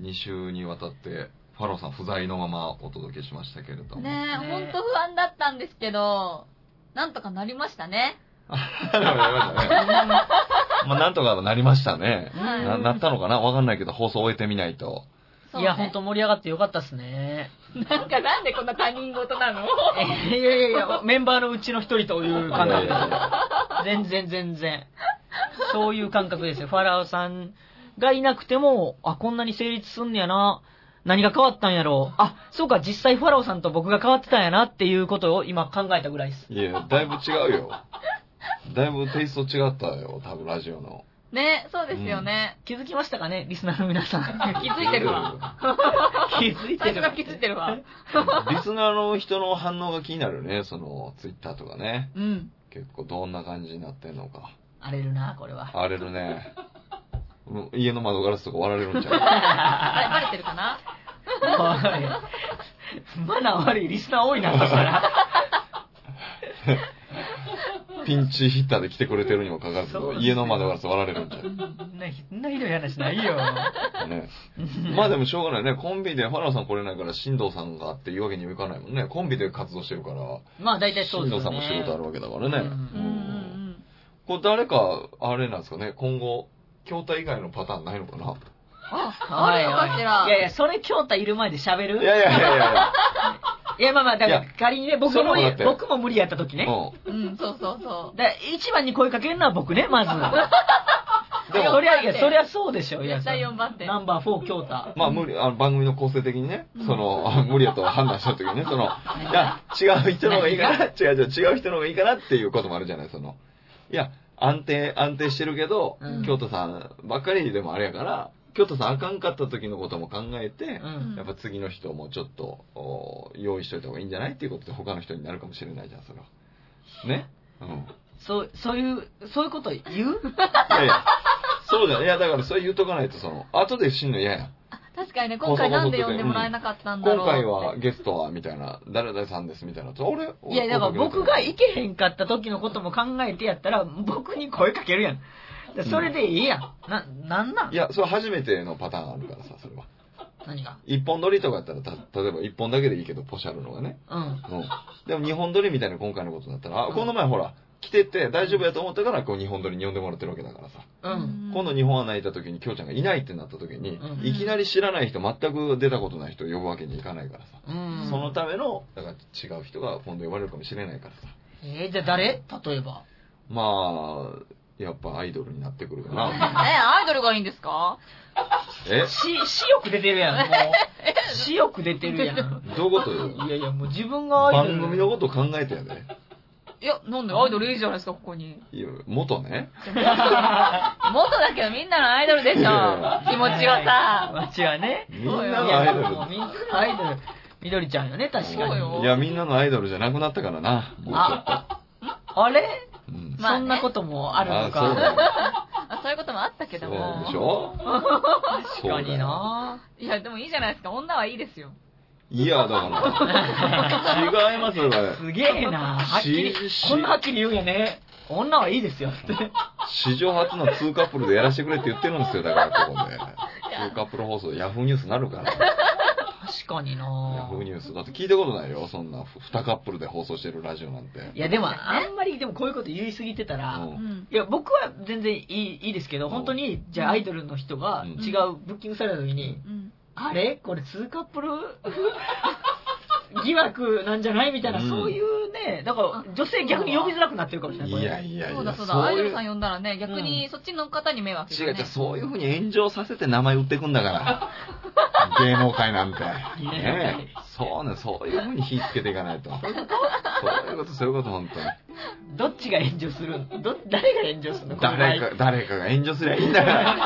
A: 2週にわたって、ファローさん不在のままお届けしましたけれども。
C: ねえ、
B: ねえ
C: ほんと不安だったんですけど、なんとかなりましたね。
A: なり ましたね。まあ、なんとかなりましたね。
C: はい
A: ななったのかなわかんないけど、放送終えてみないと。
C: そう
B: い
C: ね
B: や、ほんと盛り上がってよかったっすね。
C: なんかなんでこんな他人事 なの
B: いやいやいや、メンバーのうちの一人という感覚
A: い
B: で
A: やいや
B: す。全然全然。そういう感覚ですよ。ファラオさんがいなくても、あ、こんなに成立すんねやな。何が変わったんやろう。あ、そうか、実際ファラオさんと僕が変わってたんやなっていうことを今考えたぐらいです。
A: いや、だいぶ違うよ。だいぶテイスト違ったよ、多分ラジオの。
C: ね、そうですよね。
B: 気づきましたかねリスナーの皆さん。
C: 気づいてるわ。
B: 気づいて
C: 最初
B: る
C: が
B: わ。
C: 気づいてるわ。
A: リスナーの人の反応が気になるね、その、ツイッターとかね。
C: うん。
A: 結構どんな感じになってんのか。
B: 荒れるな、これは。
A: 荒れるね。うん家の窓ガラスとか割られるんちゃう
C: あれ、バレてるかな
B: おいマナー悪いリスナー多いな、そしたら。
A: ピンチヒッターで来てくれてるにもかかわらず
B: そう、
A: 家の窓ガラス割られるんちゃ
B: そんなそんなひどい話ないよ。
A: うね。まあでもしょうがないね。コンビで、ファラオさん来れないから、新藤さんがっていうわけにもいかないもんね。コンビで活動してるから、
B: まあ大体そう
A: 新
B: で
A: 藤
B: すよ
A: さん
B: ね。
A: も仕事あるわけだからね。
B: うん
C: うんうん
A: これ誰か、あれなんですかね、今後、筐体以外のパターンないのかな
C: ああるのかしら
B: いやいや、それ京太いる前で喋る
A: いやいやいやい
B: いやまあまあ、だか
A: い
B: ら仮にね、僕
A: それ
B: も
A: も
B: 無
A: だっ
B: 理
A: て、
B: 僕も無理やった時
A: や。
B: ね。だか
A: う
C: うん。うん、そうそうそう。
B: ら一番に声かけるのは僕ね、まず。
A: でも
B: そりゃ、いや、そりゃそうでしょ、いや。
C: 絶対4番手。
B: ナンバー4京太。
A: ん。まあ無理、あの番組の構成的にね、
C: うん
A: その、 あ無理やと判断した時にね、その、いや、違う人の方がいいかな、違う違う、違う人の方がいいかなっていうこともあるじゃない、その。いや、安定、安定してるけど、
B: うん
A: 京都さんばっかりでもあれやから、京都さんあかんかった時のことも考えて、
B: うん
A: やっぱ次の人もちょっとお用意しといた方がいいんじゃないっていうことで他の人になるかもしれないじゃん、それは。ねうん。
B: そう、そういう、そういうこと言う
A: いやいや、そうじゃん。いや、だからそれ言っとかないと、その、後で死ぬの嫌やん。
C: 確かにね、今回なんで呼んでもらえなかったんだろう。
A: 今回。はゲストは、みたいな、誰々さんです、みたいな。俺、
B: いや、だから僕が行けへんかった時のことも考えてやったら、僕に声かけるやん。だからそれでいいやん。な、なんなん
A: いや、それ初めてのパターンあるからさ、それは。
B: 何が
A: 一本撮りとかやったら、た、例えば一本だけでいいけど、ポシャるのがね。
B: うん。
A: うん。でも二本撮りみたいな今回のことになったら、あ
B: うん
A: この前ほら、来てて大丈夫やと思ったから、こう二本撮りに呼んでもらってるわけだからさ。
B: うん。
A: 今度日本アナいた時に、きょうちゃんがいないってなった時に、
B: うん
A: いきなり知らない人、全く出たことない人を呼ぶわけにいかないからさ。
B: うん。
A: そのための、だから違う人が今度呼ばれるかもしれないからさ。
B: えー、じゃあ誰例えば。
A: まあ、やっぱアイドルになってくるか
C: え、
A: な。
C: アイドルがいいんですか
A: え
B: し、私欲出てるやん、もう。私欲出てるやん。
A: どういうことよ
B: いやいや、もう自分がアイドル。
A: 番組のこと考えてやで。
C: いや、なんでアイドルいいじゃないですか、ここに。
A: いや元ね。
C: 元だけどみんなのアイドルでしょ
A: いや。
C: 気持ちがさ。
B: 街はね。
A: みんな
B: み
C: そう
A: の
C: よ
A: アイ
B: も
A: ド
B: うみんなのアイドル。みどりちゃんよね、確か
C: そう
B: に。
C: よ
A: ル。いや、みんなのアイドルじゃなくなったからな。もう
B: あ、あれ、
A: ちょっと。うん。
C: まあ
B: そ
C: ね
B: んなこともあるの
A: あそうだよ
B: か。
C: あそういうこともあったけ
A: そ
C: ど
A: う
C: も。
A: でしょ確
B: 確かに。ない
C: や、でもいいじゃないですか。女はいいですよ。
A: いや、だから。違いますよ、これ。
B: すげえなはっきり
A: しし、
B: こんなはっきり言うんやね。女はいいですよって。
A: 史上初の2カップルでやらせてくれって言ってるんですよ、だから、ここで。2カップル放送でヤフーニュースになるから。
B: 確かに
A: ヤ
B: な
A: フーニュース。だって聞いたことないよ、そんな2カップルで放送してるラジオなんて。
B: いや、でも、あんまり、でもこういうこと言いすぎてたら、
A: うん
C: うん。
B: いや、僕は全然いいいいですけど、本当に、じゃあアイドルの人が
A: うん
B: 違うブッキングされた時に、
C: うん。
B: あれこれ2カップル疑惑なんじゃないみたいな、
A: うん
B: そういうね、だから女性逆に呼びづらくなってるかもしれない、こ
A: い
B: れ。
A: やいやい
C: そうだ
A: や、
C: そうだ、アイド
A: い
C: ル
A: う
C: さん呼んだらね、逆にそっちの方に迷惑
A: 違う違う、
C: う。
A: そういうふうに炎上させて名前売ってくんだ から。芸能界なんて。ねえ。そうね、そういうふうに火つけていかないと。そういうこと、そういうこと、本当に。
B: どっちが炎上するんど誰が炎上するのこの場合
A: 誰か、誰かが炎上すりゃいいんだから。
B: 誰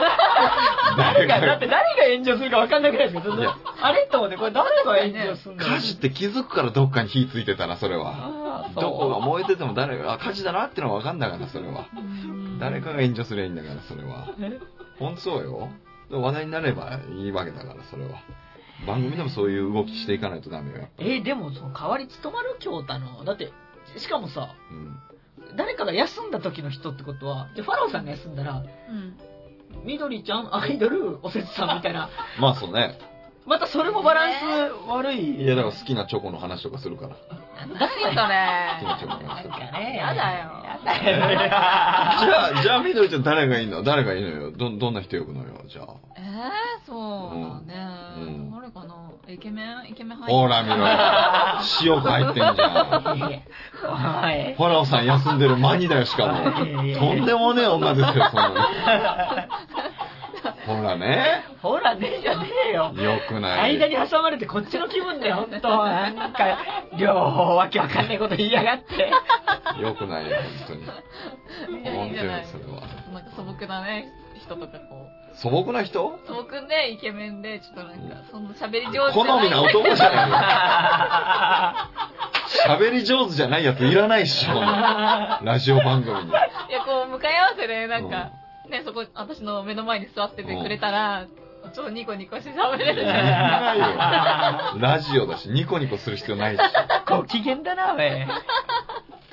A: 誰
B: が、
A: か
B: だ
A: が
B: って。誰が炎上するか分かんなくないですかそ
A: いや
B: のあれと思って、これ誰が炎上するの
A: 火事って気づくからどっかに火ついてたら、それは。
B: ああ、
A: どこが
B: そ
A: 燃えてても誰が、あ、火事だなってのはわかんだから、それは。
C: うん
A: 誰かが炎上すりゃいいんだから、それは。
B: う。
A: ほんとそうよ。でも話題になればいいわけだから、それは。番組でもそういう動きしていかないとダメよ、やっぱ
B: え
A: り。
B: ーでも、その代わり務まる京太の、だって、しかもさ、
A: うん
B: 誰かが休んだ時の人ってことは、でファラオさんが休んだら、
C: うん。
B: みどりちゃん、アイドル、おせつさんみたい な、
A: まあそうね。
B: またそれもバランス悪い。
A: いや、だから好きなチョコの話とかするから。
C: 何それ。
A: 緊張もありま
B: な
A: す
B: んかね。
C: やだよ
B: や
A: じ
B: だよ。
A: ゃあ、じゃあ、みどりちゃん誰がいいの誰がいいのよ。ど、どんな人呼ぶのよ、じゃあ。
C: えー、そうだね。
A: うん
C: 誰かなイケメンイケメン入って
A: ほら、みどり。塩入ってんじゃん。ファラオさん休んでるマニだよ、しかも。
B: いやいやいや
A: とんでもねえ女ですよ、そんなの。 ほらね。
B: おい。ほらね、じゃねえよ。
A: よくない。
B: 間に挟まれてこっちの気分 で、ほんと、なんか、両方わけわかんないこと言いやが って。
A: よくないよ、本
C: い
A: 当に。
C: やいい
A: 本
C: んじ
A: 当
C: ゃない
A: に、それは。
C: なんか素朴なね、人とかこう。
A: 素朴な人
C: 素朴でイケメンで、ちょっとなんか、そんな喋り上手じゃない。
A: 好みな男じゃないよ。喋り上手じゃないやついらないっしょ、このラジオ番組に。
C: いや、こう、向かい合わせで、なんか、ね、そこ、私の目の前に座っててくれたら、ちょっとニコニコして喋れ
A: い
C: る。
A: らないよ。ラジオだし、ニコニコする必要ないし。
B: ご機嫌だな、おい。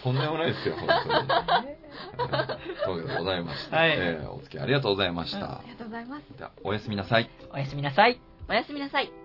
A: とんでもないですよ、本当に。ということでございまして、
B: はい
A: えーお付き合いありがとうございました。
C: ありがとうございます。
A: じゃあおやすみなさい。
B: おやすみなさい。
C: おやすみなさい。